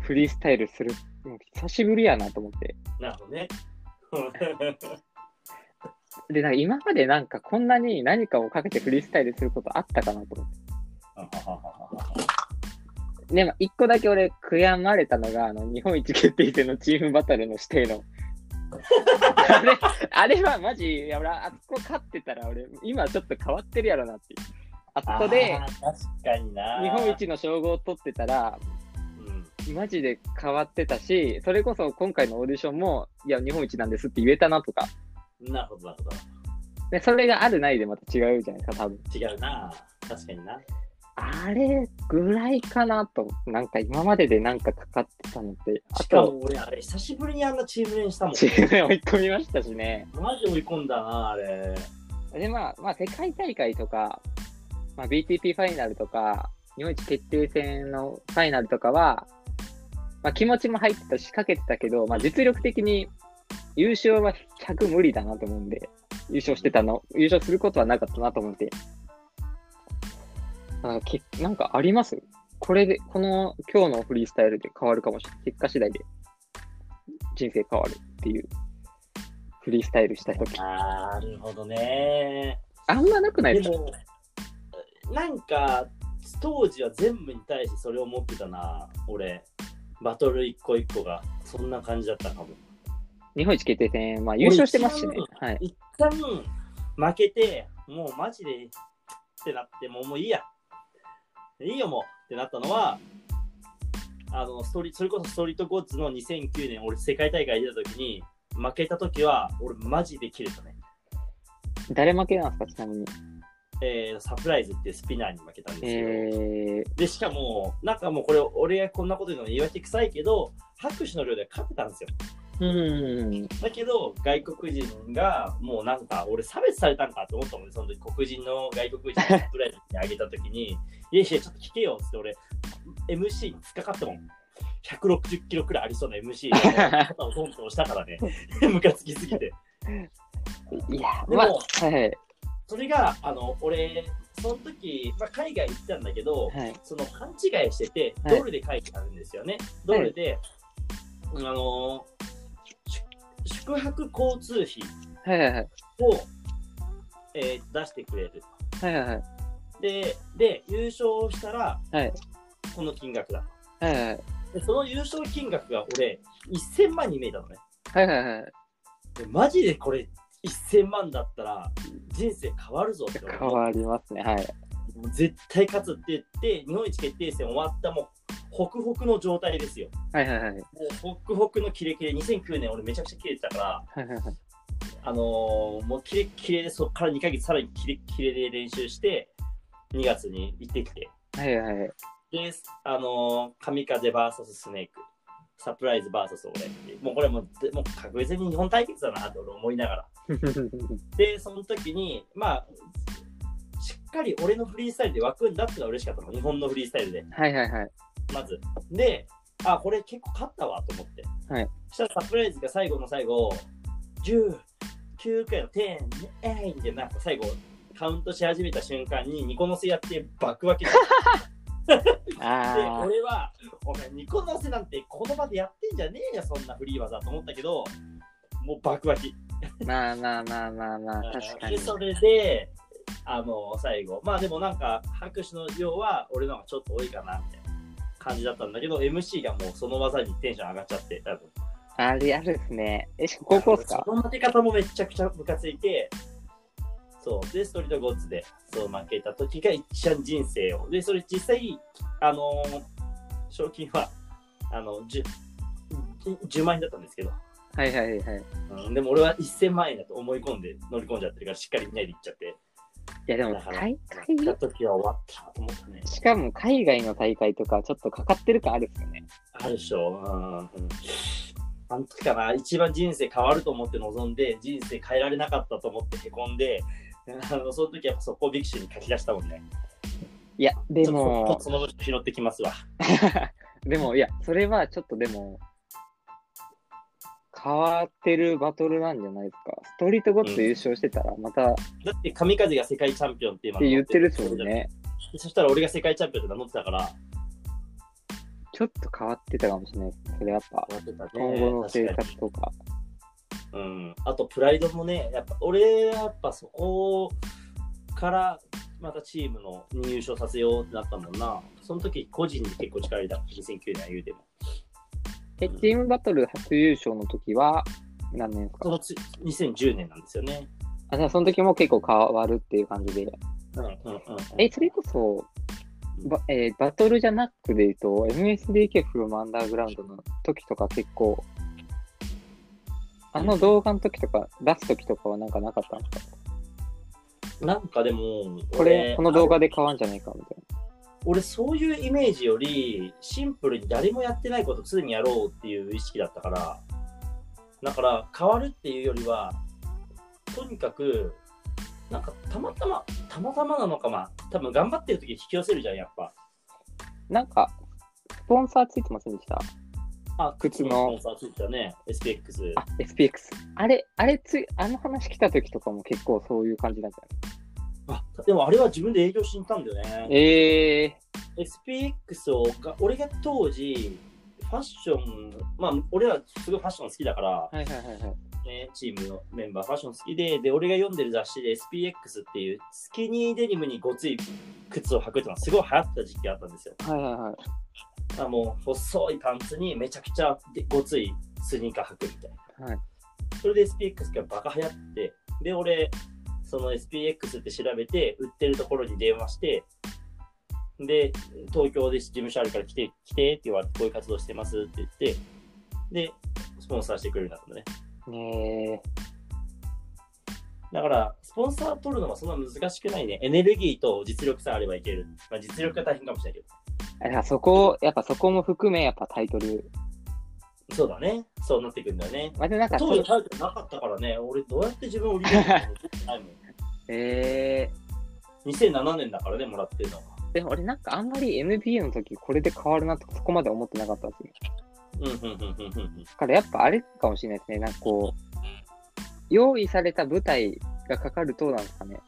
B: フリースタイルする、もう久しぶりやなと思って。
A: なるほど
B: <laughs>
A: ね。
B: で、なんか今までなんかこんなに何かをかけてフリースタイルすることあったかなと思って。でも、一個だけ俺悔やまれたのが、あの、日本一決定戦のチームバトルの指定の。あれ、あれはマジ、いや俺、あそこ勝ってたら俺、今ちょっと変わってるやろなっていう。あそこで
A: あ、ー確かにな。
B: 日本一の称号を取ってたら、
A: うん。
B: マジで変わってたし、それこそ今回のオーディションも、いや、日本一なんですって言えたなとか。
A: なるほど、なるほど。
B: で、それがあるないでまた違うじゃないですか、多分。
A: 違うな。確かにな。
B: あれぐらいかなと、なんか今まででなんかかかってたのって、あ
A: しか
B: と、
A: も
B: <laughs>
A: 俺、あれ、久しぶりにあんなチーム練したもん。
B: チームに追い込みましたしね。
A: マジ追い込んだな、あれ。
B: で、まあ、まあ、世界大会とか、まあ、BTP ファイナルとか、日本一決定戦のファイナルとかは、まあ、気持ちも入ってたし、かけてたけど、まあ、実力的に優勝は100無理だなと思うんで、優勝してたの、優勝することはなかったなと思って。なんか、けなんかありますこれで、この今日のフリースタイルで変わるかもしれない。結果次第で人生変わるっていう、フリースタイルした時。
A: なるほどね。
B: あんまなくないで
A: です
B: か
A: も、なんか、当時は全部に対してそれを持ってたな、俺。バトル一個一個が、そんな感じだったかも。
B: 日本一決定戦、まあ優勝してますしね
A: 俺一。
B: はい。
A: 一旦、負けて、もうマジで、ってなって、もうもういいや。いいよ、もう。ってなったのは、あの、ストリそれこそストリートゴッズの2009年、俺世界大会出た時に、負けた時は、俺マジで切れたね。
B: 誰負けなんですか、ちなみに。
A: えーサプライズっていうスピナーに負けたんですよ。
B: えー、
A: で、しかも、なんかもうこれ、俺がこんなこと言うの言い訳臭いけど、拍手の量で勝てたんですよ。
B: うん。
A: だけど、外国人が、もうなんか、俺差別されたんかと思ったもんね、その時、黒人の外国人のサプライズにあげた時に、 <laughs> いやいや、ちょっと聞けよっつって、俺、MC に突っかかったもん。160キロくらいありそうな MC が肩をトントンしたからね、 <laughs> ムカつきすぎて。
B: いや、
A: でも
B: まあ、はいはい。
A: それが、あの、俺、その時、まあ、海外行ってたんだけど、
B: はい。
A: その勘違いしてて、
B: はい
A: ドルで書いてあるんですよね。ドルで、あのーし宿泊交通費
B: はいはいは
A: を、
B: い。
A: えー出してくれる。
B: はいはいはい。
A: で、で優勝したら、
B: はい
A: この金額だ。
B: はいはいはい。
A: でその優勝金額が俺、1000万に見えたのね。
B: はいはいはい。
A: でマジでこれ、1000万だったら人生変わるぞって
B: 変
A: 思っ
B: わりますね。はい。
A: てもう絶対勝つって言って、日本一決定戦終わったもう、ホクホクの状態ですよ。
B: はいはいはい。
A: もうホックホクのキレキレ、2009年俺めちゃくちゃキレてたから、
B: はいはいはい。
A: あのーもうキレキレで、そこから2ヶ月さらにキレキレで練習して、2月に行ってきて、
B: はいはいはい。
A: で、あのー、神風 VS スネーク、サプライズ VS 俺って、もうこれもうでもう確実に日本対決だなって俺思いながら。で、その時に、まあ、しっかり俺のフリースタイルで湧くんだってのは嬉しかったの、日本のフリースタイルで。
B: はいはいはい。
A: まず。で、あ、これ結構勝ったわと思って。
B: はい。
A: そしたらサプライズが最後の最後、10、9回の10、えいってなんか最後、カウントし始めた瞬間にニコ乗せやって爆分けして、
B: あ
A: 俺は、お前ニコ乗せなんてこの場でやってんじゃねえよ、そんなフリー技と思ったけど、もう爆分け。
B: あ、まあまあまあまあまあ、確かに
A: で。それで、あの、最後、まあでもなんか、拍手の量は俺の方がちょっと多いかな、みたいな感じだったんだけど、MC がもうその技にテンション上がっちゃって、多分。
B: あれ、あるですね。え、し高校ですか
A: その負け方もめちゃくちゃムカついて、そう、で、ストリートゴッズで、そう、負けた時が一番人生を。で、それ実際、あの賞金は、あの、10, 10万円だったんですけど、
B: はいはいはい。い
A: うん、でも俺は1000万円だと思い込んで乗り込んじゃってるから、しっかり見ないで行っちゃって。
B: や、でも
A: だから、
B: 大
A: 行った
B: 会、
A: 時は終わったと思ったね。
B: しかも海外の大会とか、ちょっとかかってる感あるっすよね。
A: あるでしょ。うん。あの時かな、一番人生変わると思って臨んで、人生変えられなかったと思ってへこんで、あのその時やっぱそこをビクシーに書き出したもんね。
B: いや、で
A: ちょっ
B: も
A: と、その分拾ってきますわ。
B: <laughs> でも、いや、それはちょっとでも、変わってるバトルなんじゃないですか。ストリートゴッズ優勝してたら、また、っ
A: だって、神風が世界チャンピオンって今
B: て言ってるっすもん。ね。
A: そしたら俺が世界チャンピオンって名乗ってたから、
B: ちょっと変わってたかもしれないですね。それやっぱ、
A: 終わってたね
B: 今後の政
A: 確か
B: 策とか。
A: にうん。あと、プライドもね、やっぱ俺はやっぱそこから、またチームのに優勝させようってなったもんな。その時、個人に結構力入れた。2009年は言うても。
B: え、チームバトル初優勝の時は、何年です
A: そ
B: か
A: のつ2010年なんですよね。
B: あ、じゃあその時も結構変わるっていう感じで。
A: うんうんうん。
B: え、それこそ、ばえーバトルじゃなくで言うと、MSDK フロムアンダーグラウンドの時とか結構、あの動画の時とか、出す時とかはなんかなかったんですか
A: なんかでも、
B: これ
A: 俺、
B: この動画で買わんじゃないかみたい
A: 俺そういうイメージよりシンプルに誰もやってないことを常にやろうっていう意識だったからだから変わるっていうよりはとにかくなんかたまたまたまたまなのかまあ多分頑張ってる時引き寄せるじゃんやっぱ
B: な。なんか、スポンサーついてませんでした
A: あ
B: 靴の
A: スポンサーついてたね SPX
B: あ、SPX。あれ、あれつい、あの話来た時とかも結構そういう感じなんじゃ
A: あでもあれは自分で営業しに行ったんだよ
B: な
A: ね
B: いええ
A: SPX をが俺が当時ファッションまあ俺はすごいファッション好きだから
B: ー。はいはいはいはい。
A: ね、チームのメンバー、ファッション好きで、で、俺が読んでる雑誌で SPX っていうスキニーデニムにごつい靴を履くっていうのはすごい流行った時期があったんですよ。
B: はいはいはい。
A: あもう細いパンツにめちゃくちゃでごついスニーカー履くみたいな。
B: はい
A: それで SPX がバカ流行って、で、俺、その SPX って調べて、売ってるところに電話して、で、東京で事務所あるから来て、来てって言われて、こういう活動してますって言って、で、スポンサーしてくれるんだったのね。
B: え
A: だから、スポンサー取るのはそんな難しくないね。エネルギーと実力さえあればいける。まあ、実力が大変かもしれないけ
B: ー、あそこ、やっぱそこも含め、やっぱタイトル。
A: ど。そうだね。そうなってくるんだよね。
B: まあ、でもなんか
A: 当
B: そ
A: 時
B: う、
A: タイトルなかったからね、俺どうやって自分を売り上げたのか分かんないもん
B: え
A: 2007年だからね、もらってるのは。
B: ー、でも俺なんかあんまり NBA の時これで変わるなとかそこまで思ってなかったんですよ。
A: うん、うん、うん、うん、うん。
B: だからやっぱあれかもしれないですね。なんかこう、用意された舞台がかかるとなんですかね。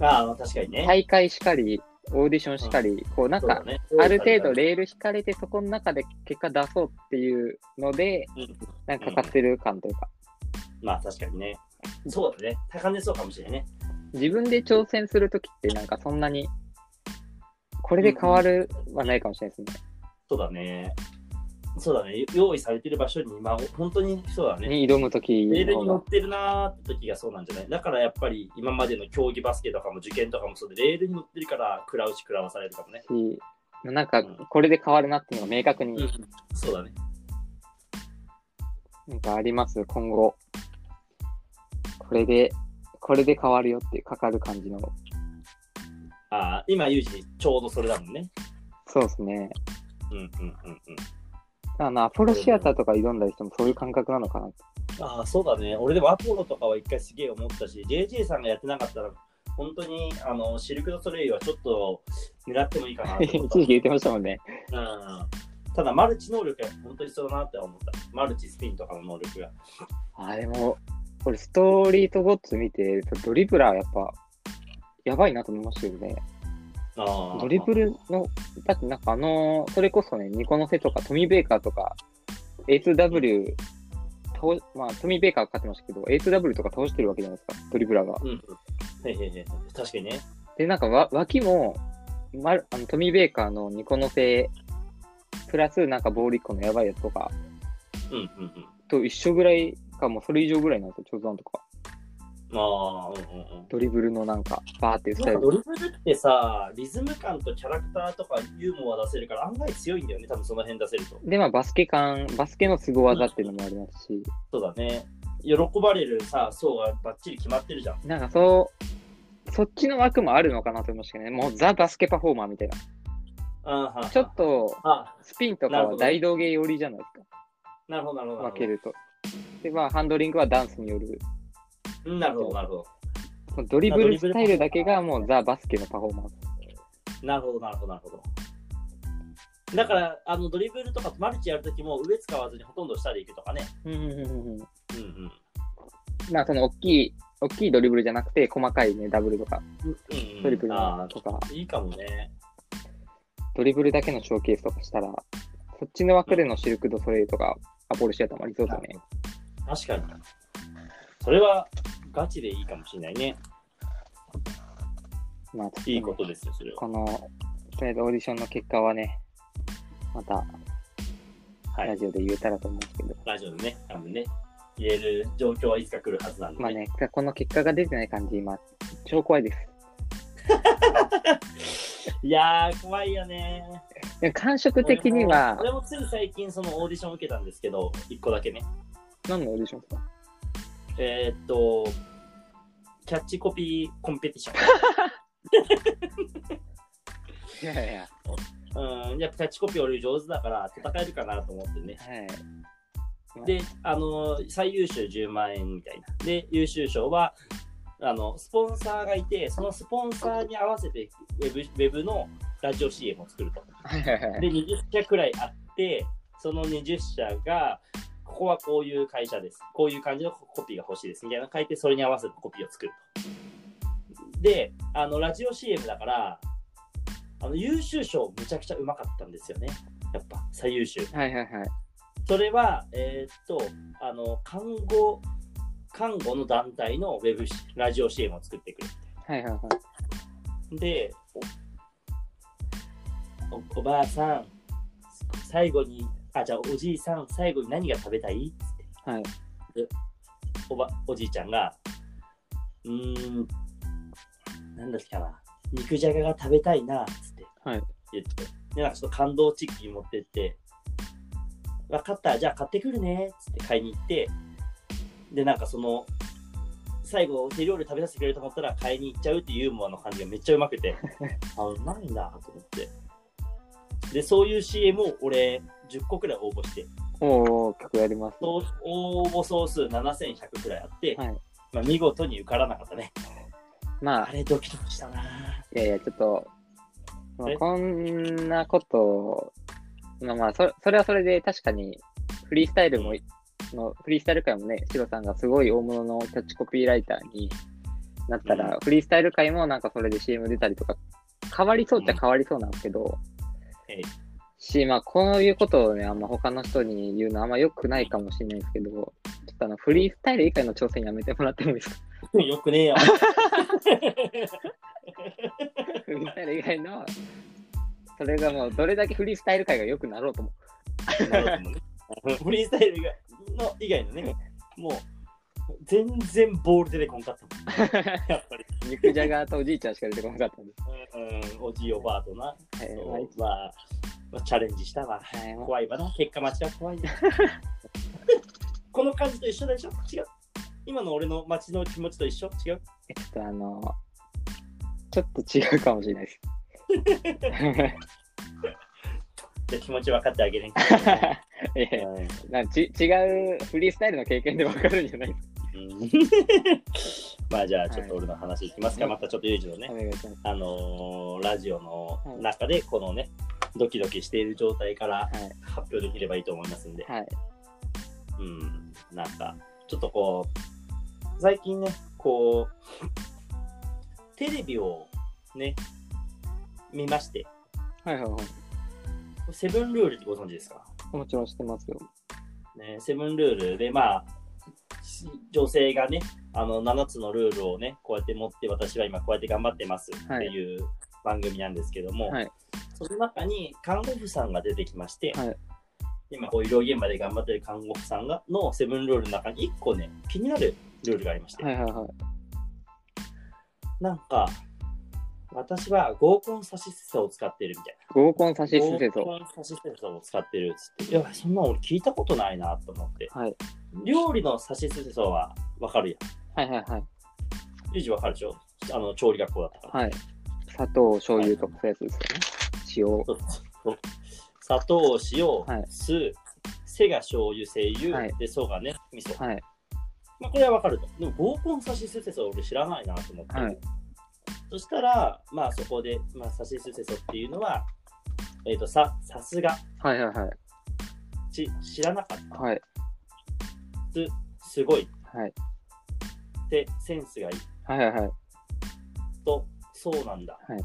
A: ああ、確かにね。
B: 大会しかり、オーディションしかり、こうなん
A: そうだ
B: か、
A: ね、
B: ある程度レール引かれて、そこの中で結果出そうっていうので、
A: うんうん
B: なんかかかってる感というか、
A: まあ確かにね。そうだね。高値そうかもしれないね。
B: 自分で挑戦するときって、なんかそんなに、これで変わるはないかもしれないです
A: そうだね。そうだね。用意されてる場所に、まあ本当にそうだ
B: ね。
A: ね。
B: に挑むとき
A: レール
B: の方
A: に乗
B: が
A: っ。てるなーって時がそうなんじゃないだからやっぱり今までの競技バスケとかも受験とかもそうで、レールに乗ってるから食らうし食らわされるかもね。
B: しなんか、これで変わるなっていうのが明確
A: う
B: に
A: ん、そうだね。
B: なんかあります、今後。これで、これで変わるよっていうかかる感じの。
A: ああ、今、ユージちょうどそれだもんね。
B: そうですね。
A: うんうんうんうん。
B: あの、アポロシアターとか挑んだりしてもそういう感覚なのかなって。
A: ああ、そうだね。俺でもアポロとかは一回すげえ思ったし、JJ さんがやってなかったら、本当にあのシルク・ド・ソレイユはちょっと狙ってもいいかなと
B: <laughs> 一
A: 思った
B: 時期言ってましたもんね。
A: うんただ、マルチ能力が本当に必要だなって思った。マルチスピンとかの能力が。
B: あれも、俺、ストーリーとゴッツ見て、ドリブラーやっぱ、やばいなと思いましたよね。
A: あ
B: ドリブルの、だってなんかあの、それこそね、ニコノセとかトミー・ベーカーとか、A2W、倒まあ、トミー・ベーカーは勝ってましたけど、A2W とか倒してるわけじゃないですか、ドリブラーが。
A: うんうん。へへへ。確かにね。
B: で、なんかわ脇も、ま、あのトミー・ベーカーのニコノセ、プラスなんかボール1個のやばいやつとか、
A: うんうんうん。
B: と一緒ぐらいか、もうそれ以上ぐらいなんですよ、ちょうどなんとか。
A: ああ、うんうんうん。
B: ドリブルのなんか、バーっていうス
A: な
B: タ
A: ん
B: イ
A: か
B: ル
A: ド。リブルってさ、リズム感とキャラクターとかユーモア出せるから案外強いんだよね、多分その辺出せると。
B: で、まあ、バスケ感、バスケの凄技っていうのもありますし、
A: そうだね。喜ばれるさ、層がバッチリ決まってるじゃん。
B: なんかそう、そっちの枠もあるのかなと思いましたけどね、もうザ・バスケパフォーマーみたいな。
A: あーは
B: ちょっと、
A: あ、
B: スピンとか
A: なるほど
B: は大道芸寄りじゃないです
A: なるほど、なるほ
B: か、
A: ど。
B: 分けると。で、まあ、ハンドリングはダンスによる。
A: うんなるほど、なるほど。
B: もうドリブルスタイルだけがもうザ・バスケのパフォーマンス。
A: なるほど、なるほど、なるほど。だから、あのドリブルとかマルチやるときも上使わずにほとんど下でいくとかね。
B: うんうんうんうん
A: うんうん。
B: まあ、その大きい、大きいドリブルじゃなくて、細かいね、ダブルとか、
A: うんうん、
B: トリプル
A: あ
B: とか、
A: ーいいかもね。
B: ドリブルだけのショーケースとかしたら、そっちの枠でのシルク・ド・ソレイユとか、アポロシアターもありそうだね。
A: 確かに。それはガチでいいかもしれないね。
B: まあ、ちょっとね
A: いいことですよ、それは。
B: この、とりあえずオーディションの結果はね、また
A: は
B: ラ
A: い。
B: ジオで言えたらと思うんですけど、
A: ラジオでね、多分ね、言える状況はいつか来るはずなんで、
B: まあね、この結果が出てない感じ、今、超怖いです。
A: いやー、怖いよね。
B: でも感触的には、
A: 俺も俺もつい最近そのオーディション受けたんですけど、一個だけね。
B: 何のオーディションですか
A: えーっと、キャッチコピーコンペティショ
B: いやいや、は
A: ン。 <laughs> うん、やっぱキャッチコピー俺上手だから戦えるかなと思ってね。
B: い。
A: で、あの、最優秀10万円みたいな。で、優秀賞は、あの、スポンサーがいて、そのスポンサーに合わせてウェブウェブのラジオ CM を作ると。
B: はいはいはい
A: で、20社くらいあって、その20社が、ここはこういう会社です。こういう感じのコピーが欲しいです。みたいなの書いて、それに合わせてコピーを作ると。で、あの、ラジオ CM だから、あの、優秀賞めちゃくちゃうまかったんですよね。やっぱ、最優秀。
B: はいはいはい。
A: それは、えーっと、あの、看護、看護の団体のウェブ、ラジオ CM を作ってくれ
B: はいはいはい。
A: で、おおおばあさん、最後に、あ、じゃあおじいさん、最後に何が食べたい
B: はい。
A: おばおじいちゃんが、うーん、なんだっけかな、肉じゃがが食べたいな、つって
B: はい
A: 言って、で、なんかちょっと感動チッキン持ってって、分かった、じゃあ買ってくるね、つって買いに行って、で、なんかその、最後、手料理食べさせてくれると思ったら買いに行っちゃうっていうユーモアの感じがめっちゃうまく
B: <laughs>
A: て、あ、うまいなと思って。で、そういう CM を俺、10個くらい応募して、
B: おお、曲やります。
A: そう応募総数7100くらいあって、
B: はい
A: まあ、見事に受からなかったね。
B: まあ
A: あ、れ、ドキドキしたない <laughs>
B: やいや、ちょっと、まあ
A: え
B: こんなこと、まあまあそ、それはそれで確かに、フリースタイルも、のフリースタイル界もね、シロさんがすごい大物のキャッチコピーライターになったら、
A: う
B: フリースタイル界もなんかそれで CM 出たりとか、変わりそうっちゃ変わりそうなんですけど、
A: ええ
B: し、まあ、こういうことをね、あんま他の人に言うのはあんま良くないかもしれないですけど、ちょっとあの、フリースタイル以外の挑戦やめてもらってもいいですか
A: よくねえよ。 <laughs>
B: フリースタイル以外の、それがもう、どれだけフリースタイル界が良くなろうと <laughs> も
A: なるほどねフリースタイル以外の以外のね、もう全然ボール出てこんかったもん。
B: <laughs>
A: やっぱり、
B: 肉じゃがとおじいちゃんしか出てこなかったんで
A: うん、おじいおばあとな、
B: す。はい
A: そう
B: まあい
A: まあ、まあ、チャレンジしたわ。
B: つはいま
A: 怖いわな、結果待ちは
B: <laughs>
A: 怖いな。この感じと一緒でしょ違う。今の俺の街の気持ちと一緒違う。
B: あちょっとあの、ちょっと違うかもしれない <laughs> です。
A: じゃあ気持ち分かってあげ
B: <laughs>
A: れんから、
B: いやいや
A: うん
B: なち違うフリースタイルの経験でわかるんじゃないです
A: うん <laughs> まあじゃあちょっと俺の話いきますか、
B: はい
A: またちょっとユージのね
B: か。お願いします。
A: あのーラジオの中でこのね、ドキドキしている状態から
B: はい
A: 発表できればいいと思いますんで、
B: はい。
A: うん、なんかちょっとこう最近ねこうテレビをね見まして
B: はいはいはい。
A: セブンルールってご存知ですか、
B: もちろん知ってますよ。
A: ね、セブンルールでまあし女性がねあの7つのルールをねこうやって持って私は今こうやって頑張ってますっていう番組なんですけども、
B: はい。
A: その中に看護婦さんが出てきまして、
B: はい
A: 今こう医療現場で頑張ってる看護婦さんがのセブンルールの中に1個ね気になるルールがありまして、
B: はいはいはい。
A: なんか私は合コンサシスセを使ってるみたい
B: 合コン差し
A: な
B: 捨て
A: 合
B: と。
A: コンサシスセを使ってるっつっていやそんなの俺聞いたことないなと思って
B: はい。
A: 料理のサシスセソはわかるや
B: はいはいはい。
A: んユージわかるでしょあの調理学校だったから、
B: はい。砂糖、醤油とかそういうやつですよね。
A: そうそう砂糖塩、
B: はい
A: 酢背が醤油精油、
B: はい
A: でそがね味噌
B: 塩。はい。
A: まあ、これはわかると。でも合コン差しすせそ俺知らないなと思って。
B: はい
A: そしたら、まあそこで、まあ、差しすせそっていうのは、えっ、と、さ、さすが、
B: はいはいはい。
A: ち、知らなかった、
B: はい。
A: すごい、
B: はい。
A: で、センスがいい
B: はいはいはい。
A: と、そうなんだ。
B: はい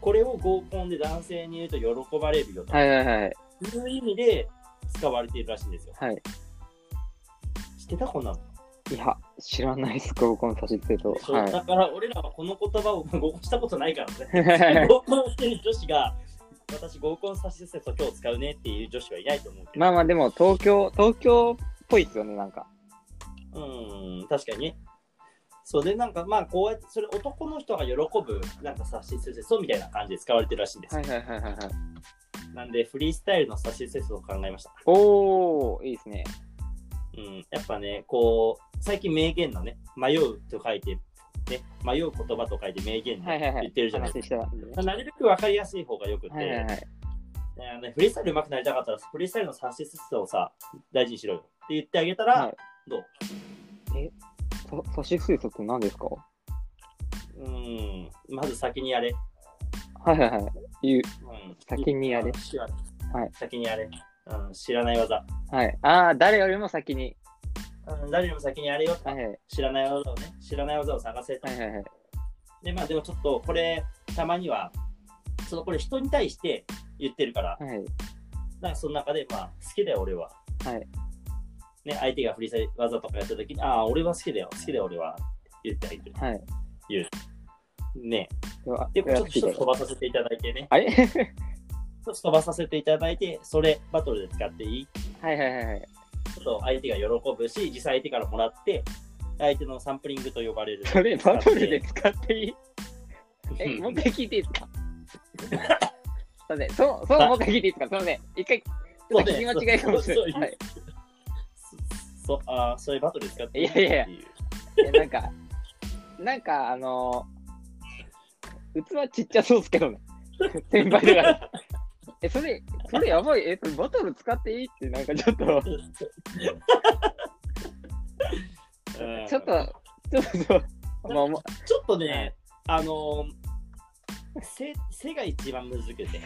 A: これを合コンで男性に言うと喜ばれるよと
B: はいはいはい。
A: いう意味で使われているらしいんですよ。
B: はい。
A: 知ってたこんなの、
B: いや、知らないです、合コン差し捨てと。
A: そう
B: はい。
A: だから俺らはこの言葉を合コンしたことないからね。
B: ま
A: 合コンしてる女子が私合コンさせてと今日使うねっていう女子はいないと思うけど、
B: <laughs> あまあでも東京、東京っぽいですよね、なんか。
A: うん確かにねそうでなんかまあこうやってそれ男の人が喜ぶなんかさしすせそみたいな感じで使われてるらしいんです、
B: はいはいはいはいはい。
A: なんでフリースタイルのさしすせそを考えました、
B: おー、いいですね。
A: うん、やっぱねこう最近名言のね迷うと書いてね迷う言葉と書いて名言
B: はい
A: ね
B: はいは
A: 言っ
B: い。
A: てるじゃない
B: 話
A: です
B: した
A: か、
B: んでね。
A: なるべく分かりやすい方がよくて、
B: はいはいはい。
A: ねあのねフリースタイル上手くなりたかったら、フリースタイルの差しすせをさ、大事にしろよって言ってあげたら、
B: はい
A: どう
B: そ差し捨てとって何ですか
A: うーん、まず先にやれ。
B: はいはいはい。言う。
A: うん、
B: 先にやれ
A: うん知ら
B: はい
A: 先にやれ、うん。知らない技。
B: はい。あー、誰よりも先に。
A: うん、誰よりも先にやれよと
B: は
A: か、
B: いはい
A: 知らない技をね、知らない技を探せと。
B: はいはいはい。
A: で、まあでもちょっとこれ、たまには、そのこれ人に対して言ってるから、
B: はい。
A: なんかその中で、まあ好きだよ俺は。
B: はい。
A: ね、相手がフリースタイル技とかやった時に、ああ、俺は好きだよ、好きだよ俺は。言ってあげる。
B: はい。
A: ね。
B: では
A: で、ちょっと
B: 聞い
A: 一
B: て
A: つ飛ばさせていただいてね。
B: あれ <laughs>
A: 一つ飛ばさせていただいて、それバトルで使っていい
B: はいはいはいはい。
A: ちょっと相手が喜ぶし、実際相手からもらって、相手のサンプリングと呼ばれる。
B: それバトルで使っていいえ、もう一回聞いていいで
A: <laughs>
B: すかすいません、そう、そう、
A: あ
B: もう一回聞いていいですかすいません、一回、ち
A: そ
B: ょ
A: う
B: っと
A: ね
B: 聞き間違いかもしれない。
A: そう
B: はい、
A: そそう、ああ、そういうバトルですかって
B: いやいやいや
A: ってう
B: えなんか、なんか、あのー器ちっちゃそうですけどね。先輩だから。え、それ、それやばい。え、それバトル使っていいって、なんかちょっと、 <laughs>
A: うん
B: ちょっと、ちょっと、まあもう、
A: ちょっとね、あのー、せ、せが一番難しくて。
B: せい、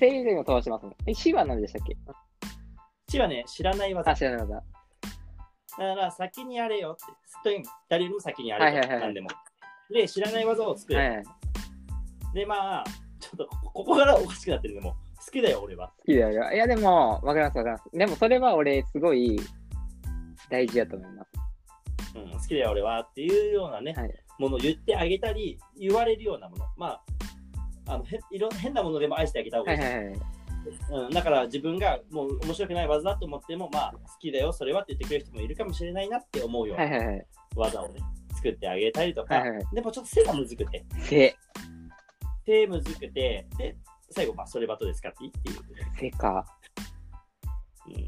B: せい以外も飛ばしますね。え、死は何でしたっけ
A: ちはね、知らない技。
B: あ、
A: だ
B: 知らなかっ
A: から、先にやれよって。とにかく誰よりも先にやれよ。
B: はいはいはい
A: 何でも。で、知らない技を作
B: た。
A: る。
B: はいはい。好
A: で、まあ、ちょっとこ、ここからおかしくなってるでも、好きだよ、俺は。
B: きだよ俺は。いや、でも、わかりますわかります。でも、それは俺、すごい、大事だと思います。
A: うん、好きだよ、俺は。っていうようなね、
B: はい
A: ものを言ってあげたり、言われるようなもの。まあ、あのへいろん変なものでも愛してあげた方が
B: はいい
A: い。
B: はいはい。
A: うん、だから自分がもう面白くない技だと思っても、まあ、好きだよ、それはって言ってくれる人もいるかもしれないなって思うよう
B: は
A: ない
B: はいはい。
A: 技をね、作ってあげたりとか、
B: はいはい
A: でもちょっと背がむずくて、
B: せ、
A: 手むずくて、で、最後、まあ、それバトですかっていいっていう。
B: せか。
A: うん、だ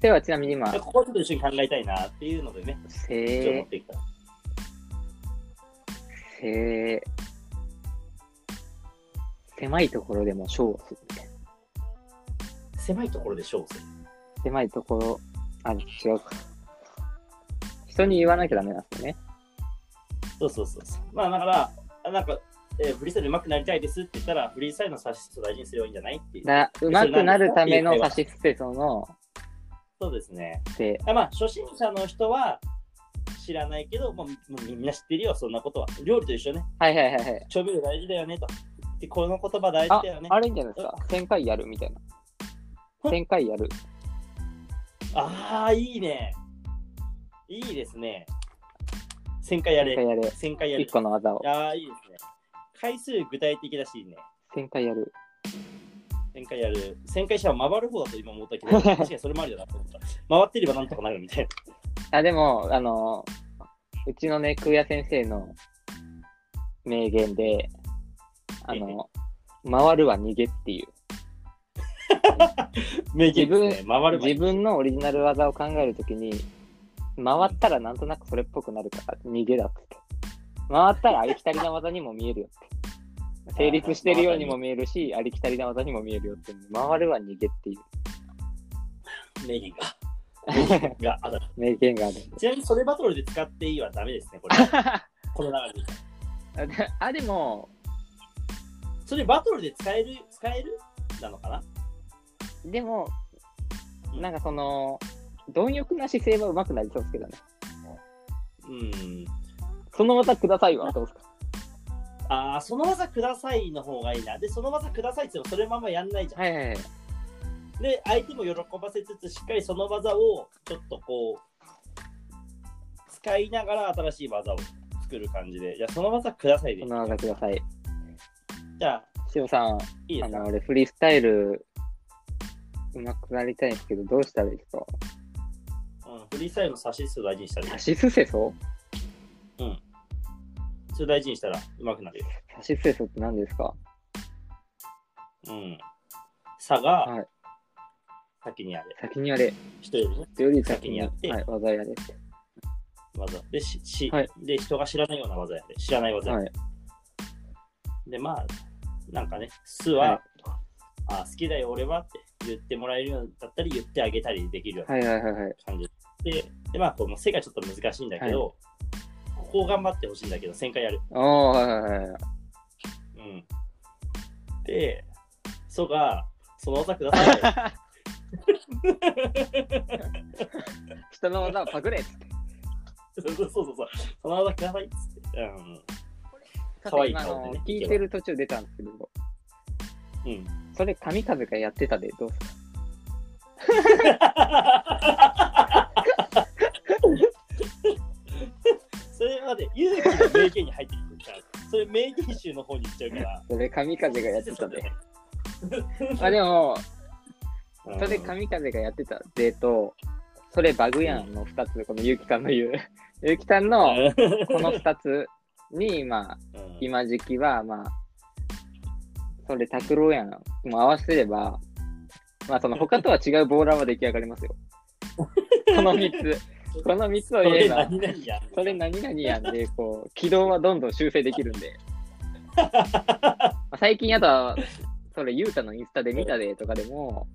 B: せはちなみに今
A: から、ここはちょっと一緒に考えたいなっていうのでね、一応持
B: せ
A: っ、てきた。
B: せ、狭いところでも勝負するみたいな。
A: 狭いところで勝負する。
B: 狭いところ、あ、違うか。人に言わなきゃダメなんですよね。
A: そうそうそうそう。まあだから、あなんか、えーフリースタイル上手くなりたいですって言ったら、フリースタイルの差しを大事にすればいいんじゃないっていう。
B: だうまくなるための差し捨てその、
A: そうですね。
B: せ、
A: あまあ、初心者の人は知らないけど、もうもうみんな知ってるよ、そんなことは。料理と一緒ね。
B: はいはいはいはい。
A: 調味料大事だよねと。で、この言葉大
B: あ
A: 事だよね、。
B: あれいいんじゃないですか。1000回やるみたいな。1000回やる。
A: ああ、いいね。いいですね。1000回や
B: 1000回
A: れ。
B: やる。
A: 1000回やれ
B: 1。個の技を。
A: ああ、いいですね。回数具体的だしいいね。
B: 1000回やる。
A: 1000回やる。1000回したら回る方だと今思ったけ
B: <laughs>
A: ど、確かにそれもありだなと思った。回ってればなんとかなるみたいな。
B: あ、でも、あの、うちのね、空也先生の名言で、あの、回るは逃げっていう。
A: 名言ですね。回る
B: 自
A: 前。
B: 分のオリジナル技を考えるときに、回ったらなんとなくそれっぽくなるから、逃げだっつって。回ったらありきたりな技にも見えるよって。成立してるようにも見えるし、ありきたりな技にも見えるよって。回るは逃げっていう
A: 名言が。名言があった
B: 名言があるんで
A: ちなみに、それバトルで使っていいはダメです
B: <laughs>
A: ね、これ。この流れで。
B: す。あ、でも、
A: それバトルで使える、使えるなのかな
B: でも、なんかその、貪欲な姿勢は上手くなりそうですけどね。
A: うん。
B: その技くださいはどうですか
A: ああ、その技くださいの方がいいな。で、その技くださいって言ってもそれままやんないじゃ
B: はいはいはい。
A: ん。で、相手も喜ばせつつ、しっかりその技を、ちょっとこう、使いながら新しい技を作る感じで。じゃあ、その技くださいでい
B: そ
A: い。
B: の技ください。
A: じゃあ、
B: しおさん、
A: いいで
B: あ
A: すか
B: の、俺フリースタイル、うまくなりたいんですけど、どうしたらいいですか
A: うん、フリースタイルの差し数大事にしたらいい
B: 差。しすせそ
A: それ大事にしたら上手くなるよ。
B: 差しすせそって何ですか
A: うん。差が
B: はい
A: 先にあれ。
B: 先にやれ。
A: 人よりね、
B: 人より先
A: 先に
B: に
A: やって
B: はい、技やれって。
A: 技。で、し、し
B: はい
A: で人が知らないような技やで。知らない技やで。
B: はい。
A: で、まあ、なんかね、数
B: は
A: は、
B: い
A: あ、好きだよ、俺はって言ってもらえるようだったり、言ってあげたりできるような
B: はいはいはいはい。
A: 感じで、で、まあ、この背がちょっと難しいんだけど、ここを頑張ってほしいんだけど、1000回やる。
B: おー、はいはいはいはい。
A: うん。で、ソが、その技ください。
B: <laughs> 人の技をパクれっつって。
A: そうそうそうそう。その技くださいっつって。うん。可
B: さて
A: 愛い
B: 今あ
A: 顔で
B: の
A: ね
B: 聞いてる途中出たんですけど、
A: うん。 <laughs>
B: それ神風がやってたで、どうすか
A: それまで、ゆずきの名言に入ってくるから、それ名言集の方に行っちゃうから。
B: それ神風がやってたで。あ、でも、
A: うん
B: それ神風がやってたデート、それバグやんの2つ、このゆうきさんの言う、 <laughs> ゆうきさんのこの2つに、まあ、
A: うん
B: 今時期は、まあ、それ拓郎やんも合わせれば、まあ、その他とは違うボーラーは出来上がりますよ。この3つ。この3つ
A: そ
B: を言
A: れ
B: えば、
A: 何々や。
B: それ何々やんで、こう、軌道はどんどん修正できる
A: <laughs>
B: んで。まあ最近やとは、それ、ゆうたのインスタで見たでとかでも、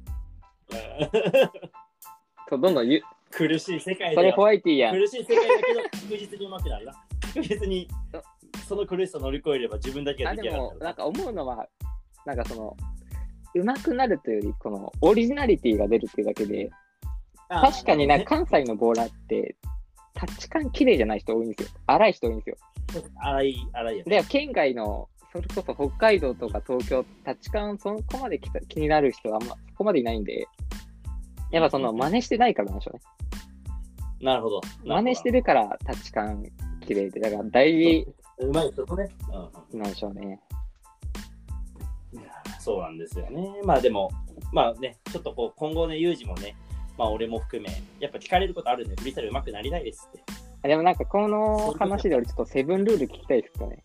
B: そうどんどんゆ、
A: 苦しい世界
B: そ
A: だ
B: れ
A: よ
B: ホワイティやん。
A: 苦しい世界だけど、確実にうまくなるな。確実に、その苦しさを乗り越えれば自分だけが
B: あ
A: 出来
B: で
A: 上が
B: も
A: っ、た
B: なん
A: ら。
B: か思うのは、なんかその、うまくなるというより、このオリジナリティが出るっていうだけで、
A: あー
B: 確かになんか関西のボーラーって、タッチ感綺麗じゃない人多いんですよ。荒い人多いんですよ。
A: 荒い、荒いよね。
B: で、県外の、それこそ北海道とか東京、タッチ感そこまできた気になる人はあんま、そこまでいないんで、やっぱその真似してないからなんでしょうね。
A: なるほど。
B: 真似してるからタッチ感綺麗で、だから大事
A: る。うまいことね。うんうん
B: なんでしょうね。
A: そうなんですよね。まあでも、まあね、ちょっとこう、今後ね、ユージもね、まあ俺も含め、やっぱ聞かれることあるんで、フリースタイル上手くなりたいですって。 <laughs>
B: でもなんかこの話で俺ちょっとセブンルール聞きたいですよね。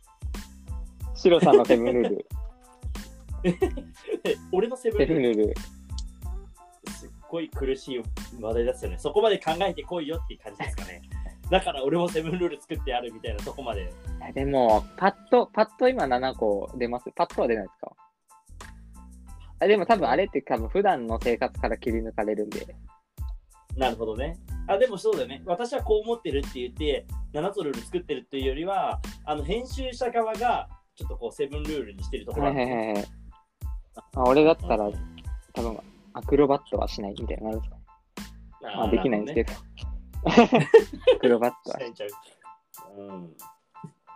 B: シロさんのセブンルー <laughs> ル。
A: え俺のセブン
B: セ
A: ル
B: ブン
A: ール
B: ルール。
A: すっごい苦しい話題ですよね。そこまで考えてこいよっていう感じですかね。 <laughs> だから俺もセブンルール作ってやるみたいなとこまで。
B: いやでも、パッと、パッと今7個出ます。パッとは出ないですかあでも多分あれって多分普段の生活から切り抜かれるんで。
A: なるほどね。あでもそうだよね。私はこう思ってるって言って、7つルール作ってるっていうよりは、あの編集者側がちょっとこうセブンルールにしてるところ
B: は
A: あ
B: い
A: る、
B: はいはいはい。あ俺だったら多分アクロバットはしないみたいなのあるんですかまあできないんですけど。 <laughs> アクロバットは。
A: しちゃう。うん。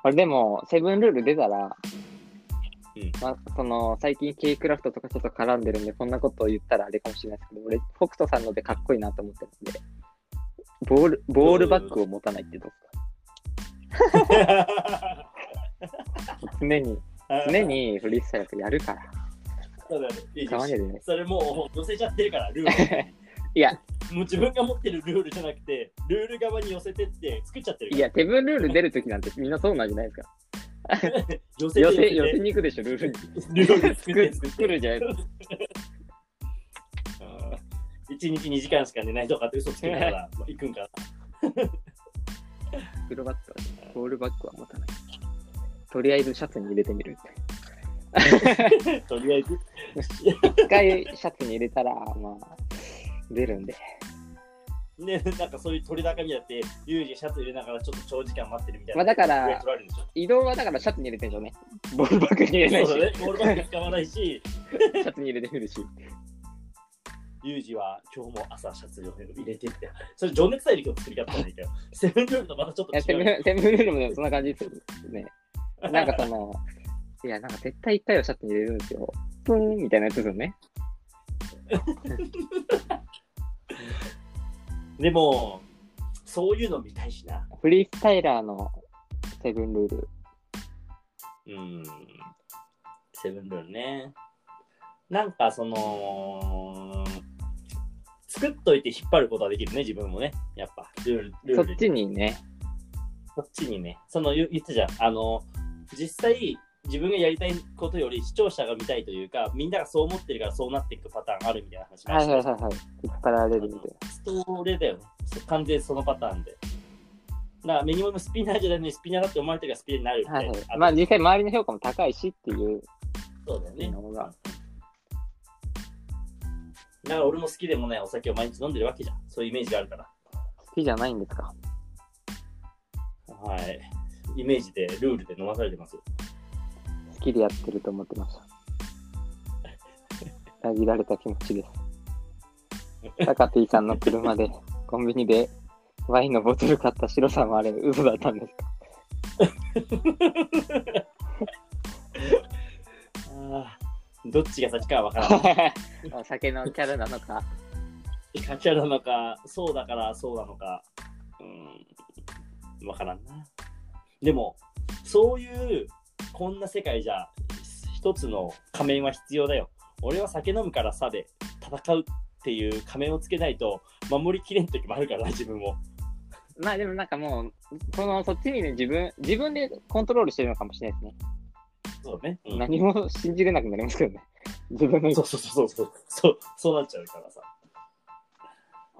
B: 俺でも、セブンルール出たら、
A: うん
B: まあ、その最近 K クラフトとかちょっと絡んでるんで、こんなことを言ったらあれかもしれないですけど、俺、北斗さんのでかっこいいなと思ってるんで、ボール、ボールバッグを持たないってどうですか常に、
A: <laughs>
B: <laughs> 常にフリースタイルやるから、
A: そうだねいいです
B: たまには出ない。
A: それもう寄せちゃってるから、ルール。
B: <laughs> いや、
A: もう自分が持ってるルールじゃなくて、ルール側に寄せてって作っちゃってる
B: い
A: から。
B: や、セブンルール出るときなんてみんなそうなんじゃないですか。
A: 寄せ
B: 寄
A: て寄
B: せ、寄
A: せ
B: せ
A: て
B: に行くでしょ、ルール
A: ルール
B: に。
A: 作
B: 作
A: って
B: る、
A: 作っ
B: 作
A: て。
B: るじゃないですか。
A: 1日2時間しか寝ないとかって嘘つきながら <laughs> まあ行くんかな。
B: アクロバットはね、ボールバッグは持たない。とりあえずシャツに入れてみる。
A: とりあえず。
B: 一回シャツに入れたら、まあ、出るんで。
A: ね、なんかそういう取り高みだって、ユージシャツ入れながらちょっと長時間待ってるみたいな。
B: まあだから
A: 上取られるでしょ
B: 移動はだからシャツに入れてんじゃんね。ボールバッグに入 <laughs> れないし、
A: そうだね。俺は使わないし、
B: シャツに入れてみるし。
A: ユージは今日も朝シャツを入れてって。それ、情熱大陸の作り方なんだよ。セブンルールとまたちょっ
B: いや
A: と
B: セ
A: 違
B: ブ
A: う。
B: ンセブンルールもでもそんな感じですよね。なんかその、いや、なんか絶対一回はシャツに入れるんですよ。プーンみたいなやつですよね。
A: でも、そういうの見たいしな。
B: フリースタイラーのセブンルール。
A: うん。セブンルールね。なんか、その、作っといて引っ張ることはできるね、自分もね。やっぱ、ルール、ル
B: そ
A: ー
B: っ
A: ルに
B: ちにね、
A: そっちにね、その言言ってたじゃん、あの、実際、自分がやりたいことより視聴者が見たいというか、みんながそう思ってるからそうなっていくパターンあるみたいな話が
B: はいはいはい
A: い。
B: はい。引っ張られるみたい
A: それだよね。そ完全にそのパターンで。だから、ミニマムスピナーじゃないのにスピナーだって思われてるからスピナーになるみ
B: な。は
A: た
B: い
A: い
B: は
A: な。
B: い。まあ実際周りの評価も高いしっていう
A: そうだよね。
B: のが。
A: だから俺も好きでもないお酒を毎日飲んでるわけじゃん。そういうイメージがあるから。
B: 好きじゃないんですか。
A: はい。イメージで、ルールで飲まされてます。
B: 好きでやってると思って
A: <laughs>
B: ました。裏切られた気持ちです。タカティさんの車でコンビニでワインのボトル買ったシロさんはあれ嘘だったんですか
A: あーどっちが先かは分からない。
B: <laughs> お酒のキャラなのか。
A: カチャなのか、そうだからそうなのか、うん、わからんな。でも、そういう、こんな世界じゃ、一つの仮面は必要だよ。俺は酒飲むからさで戦うっていう仮面をつけないと、守りきれん時もあるからな、自分も。
B: まあでもなんかもう、そのそっちにね、自分、自分でコントロールしてるのかもしれないですね。
A: そうね。うん
B: 何も信じれなくな <laughs> りますけどね。自分の意
A: そ
B: 思
A: うそうそうそうそう、そうそうなっちゃうからさ。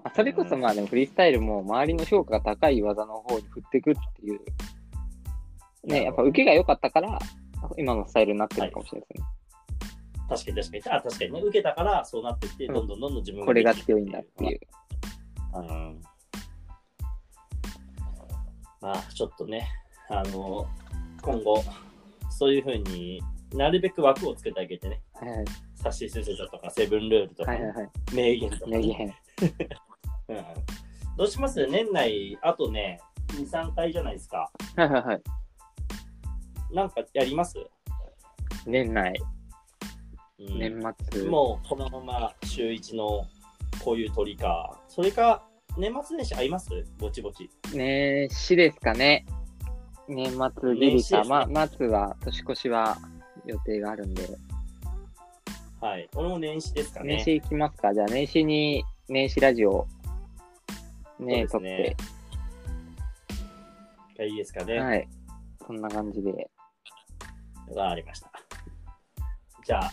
B: あそれこそまあでもフリースタイルも周りの評価が高い技の方に振ってくっていう、ね、やっぱ受けが良かったから、今のスタイルになってるのかもしれないですね。
A: 確かに確かに。あ確かにね、受けたからそうなってきて、
B: うん
A: どんどんどんどん自分
B: これが
A: できて
B: 強いんだっていう。
A: うんまあ、ちょっとね、あの、今後、そういうふうになるべく枠をつけてあげてね、
B: はいはい
A: サッシー先生だとか、セブンルールとか、
B: はいはいはい。
A: 名言とか、
B: 名言。
A: うん。どうします年内、あとね、2、3回じゃないですか。
B: はいはいはい。
A: なんかやります、
B: 年内、
A: うん
B: 年末。
A: もうこのまま週1のこういう鳥か、それか、年末年始合いますぼちぼち。
B: 年始ですかね。年末ギリ
A: 年始で
B: か、
A: すね
B: ま、末は、年越しは予定があるんで、
A: はい。俺も年始ですかね。
B: 年始行きますか。じゃあ年始に、年始ラジオ、ね、
A: そ
B: 撮
A: う
B: っ
A: ですね
B: て、
A: がいいですかね。
B: はい。そんな感じで。
A: わかりました。じゃあ、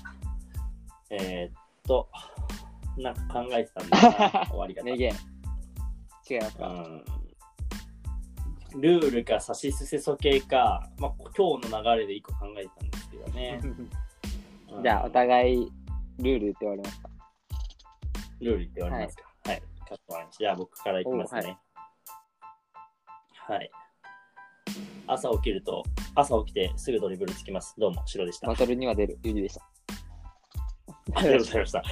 A: えーっと、なんか考えてたんだな終わり
B: <laughs>
A: 方。
B: 名言。違います
A: う
B: か、
A: んルールか、差しすせそ系か、まあ、今日の流れで一個考えてたんですけどね。うん
B: <laughs> じゃあ、お互い、ルールって言われますか
A: ルールって言われますか。はい。かしこまりましたじゃあ僕からいきますね。はい、朝起きると、朝起きてすぐドリブルつきます。どうも、白でした。 <laughs>
B: バトルには出る、ゆりでした。
A: ありがとうございました。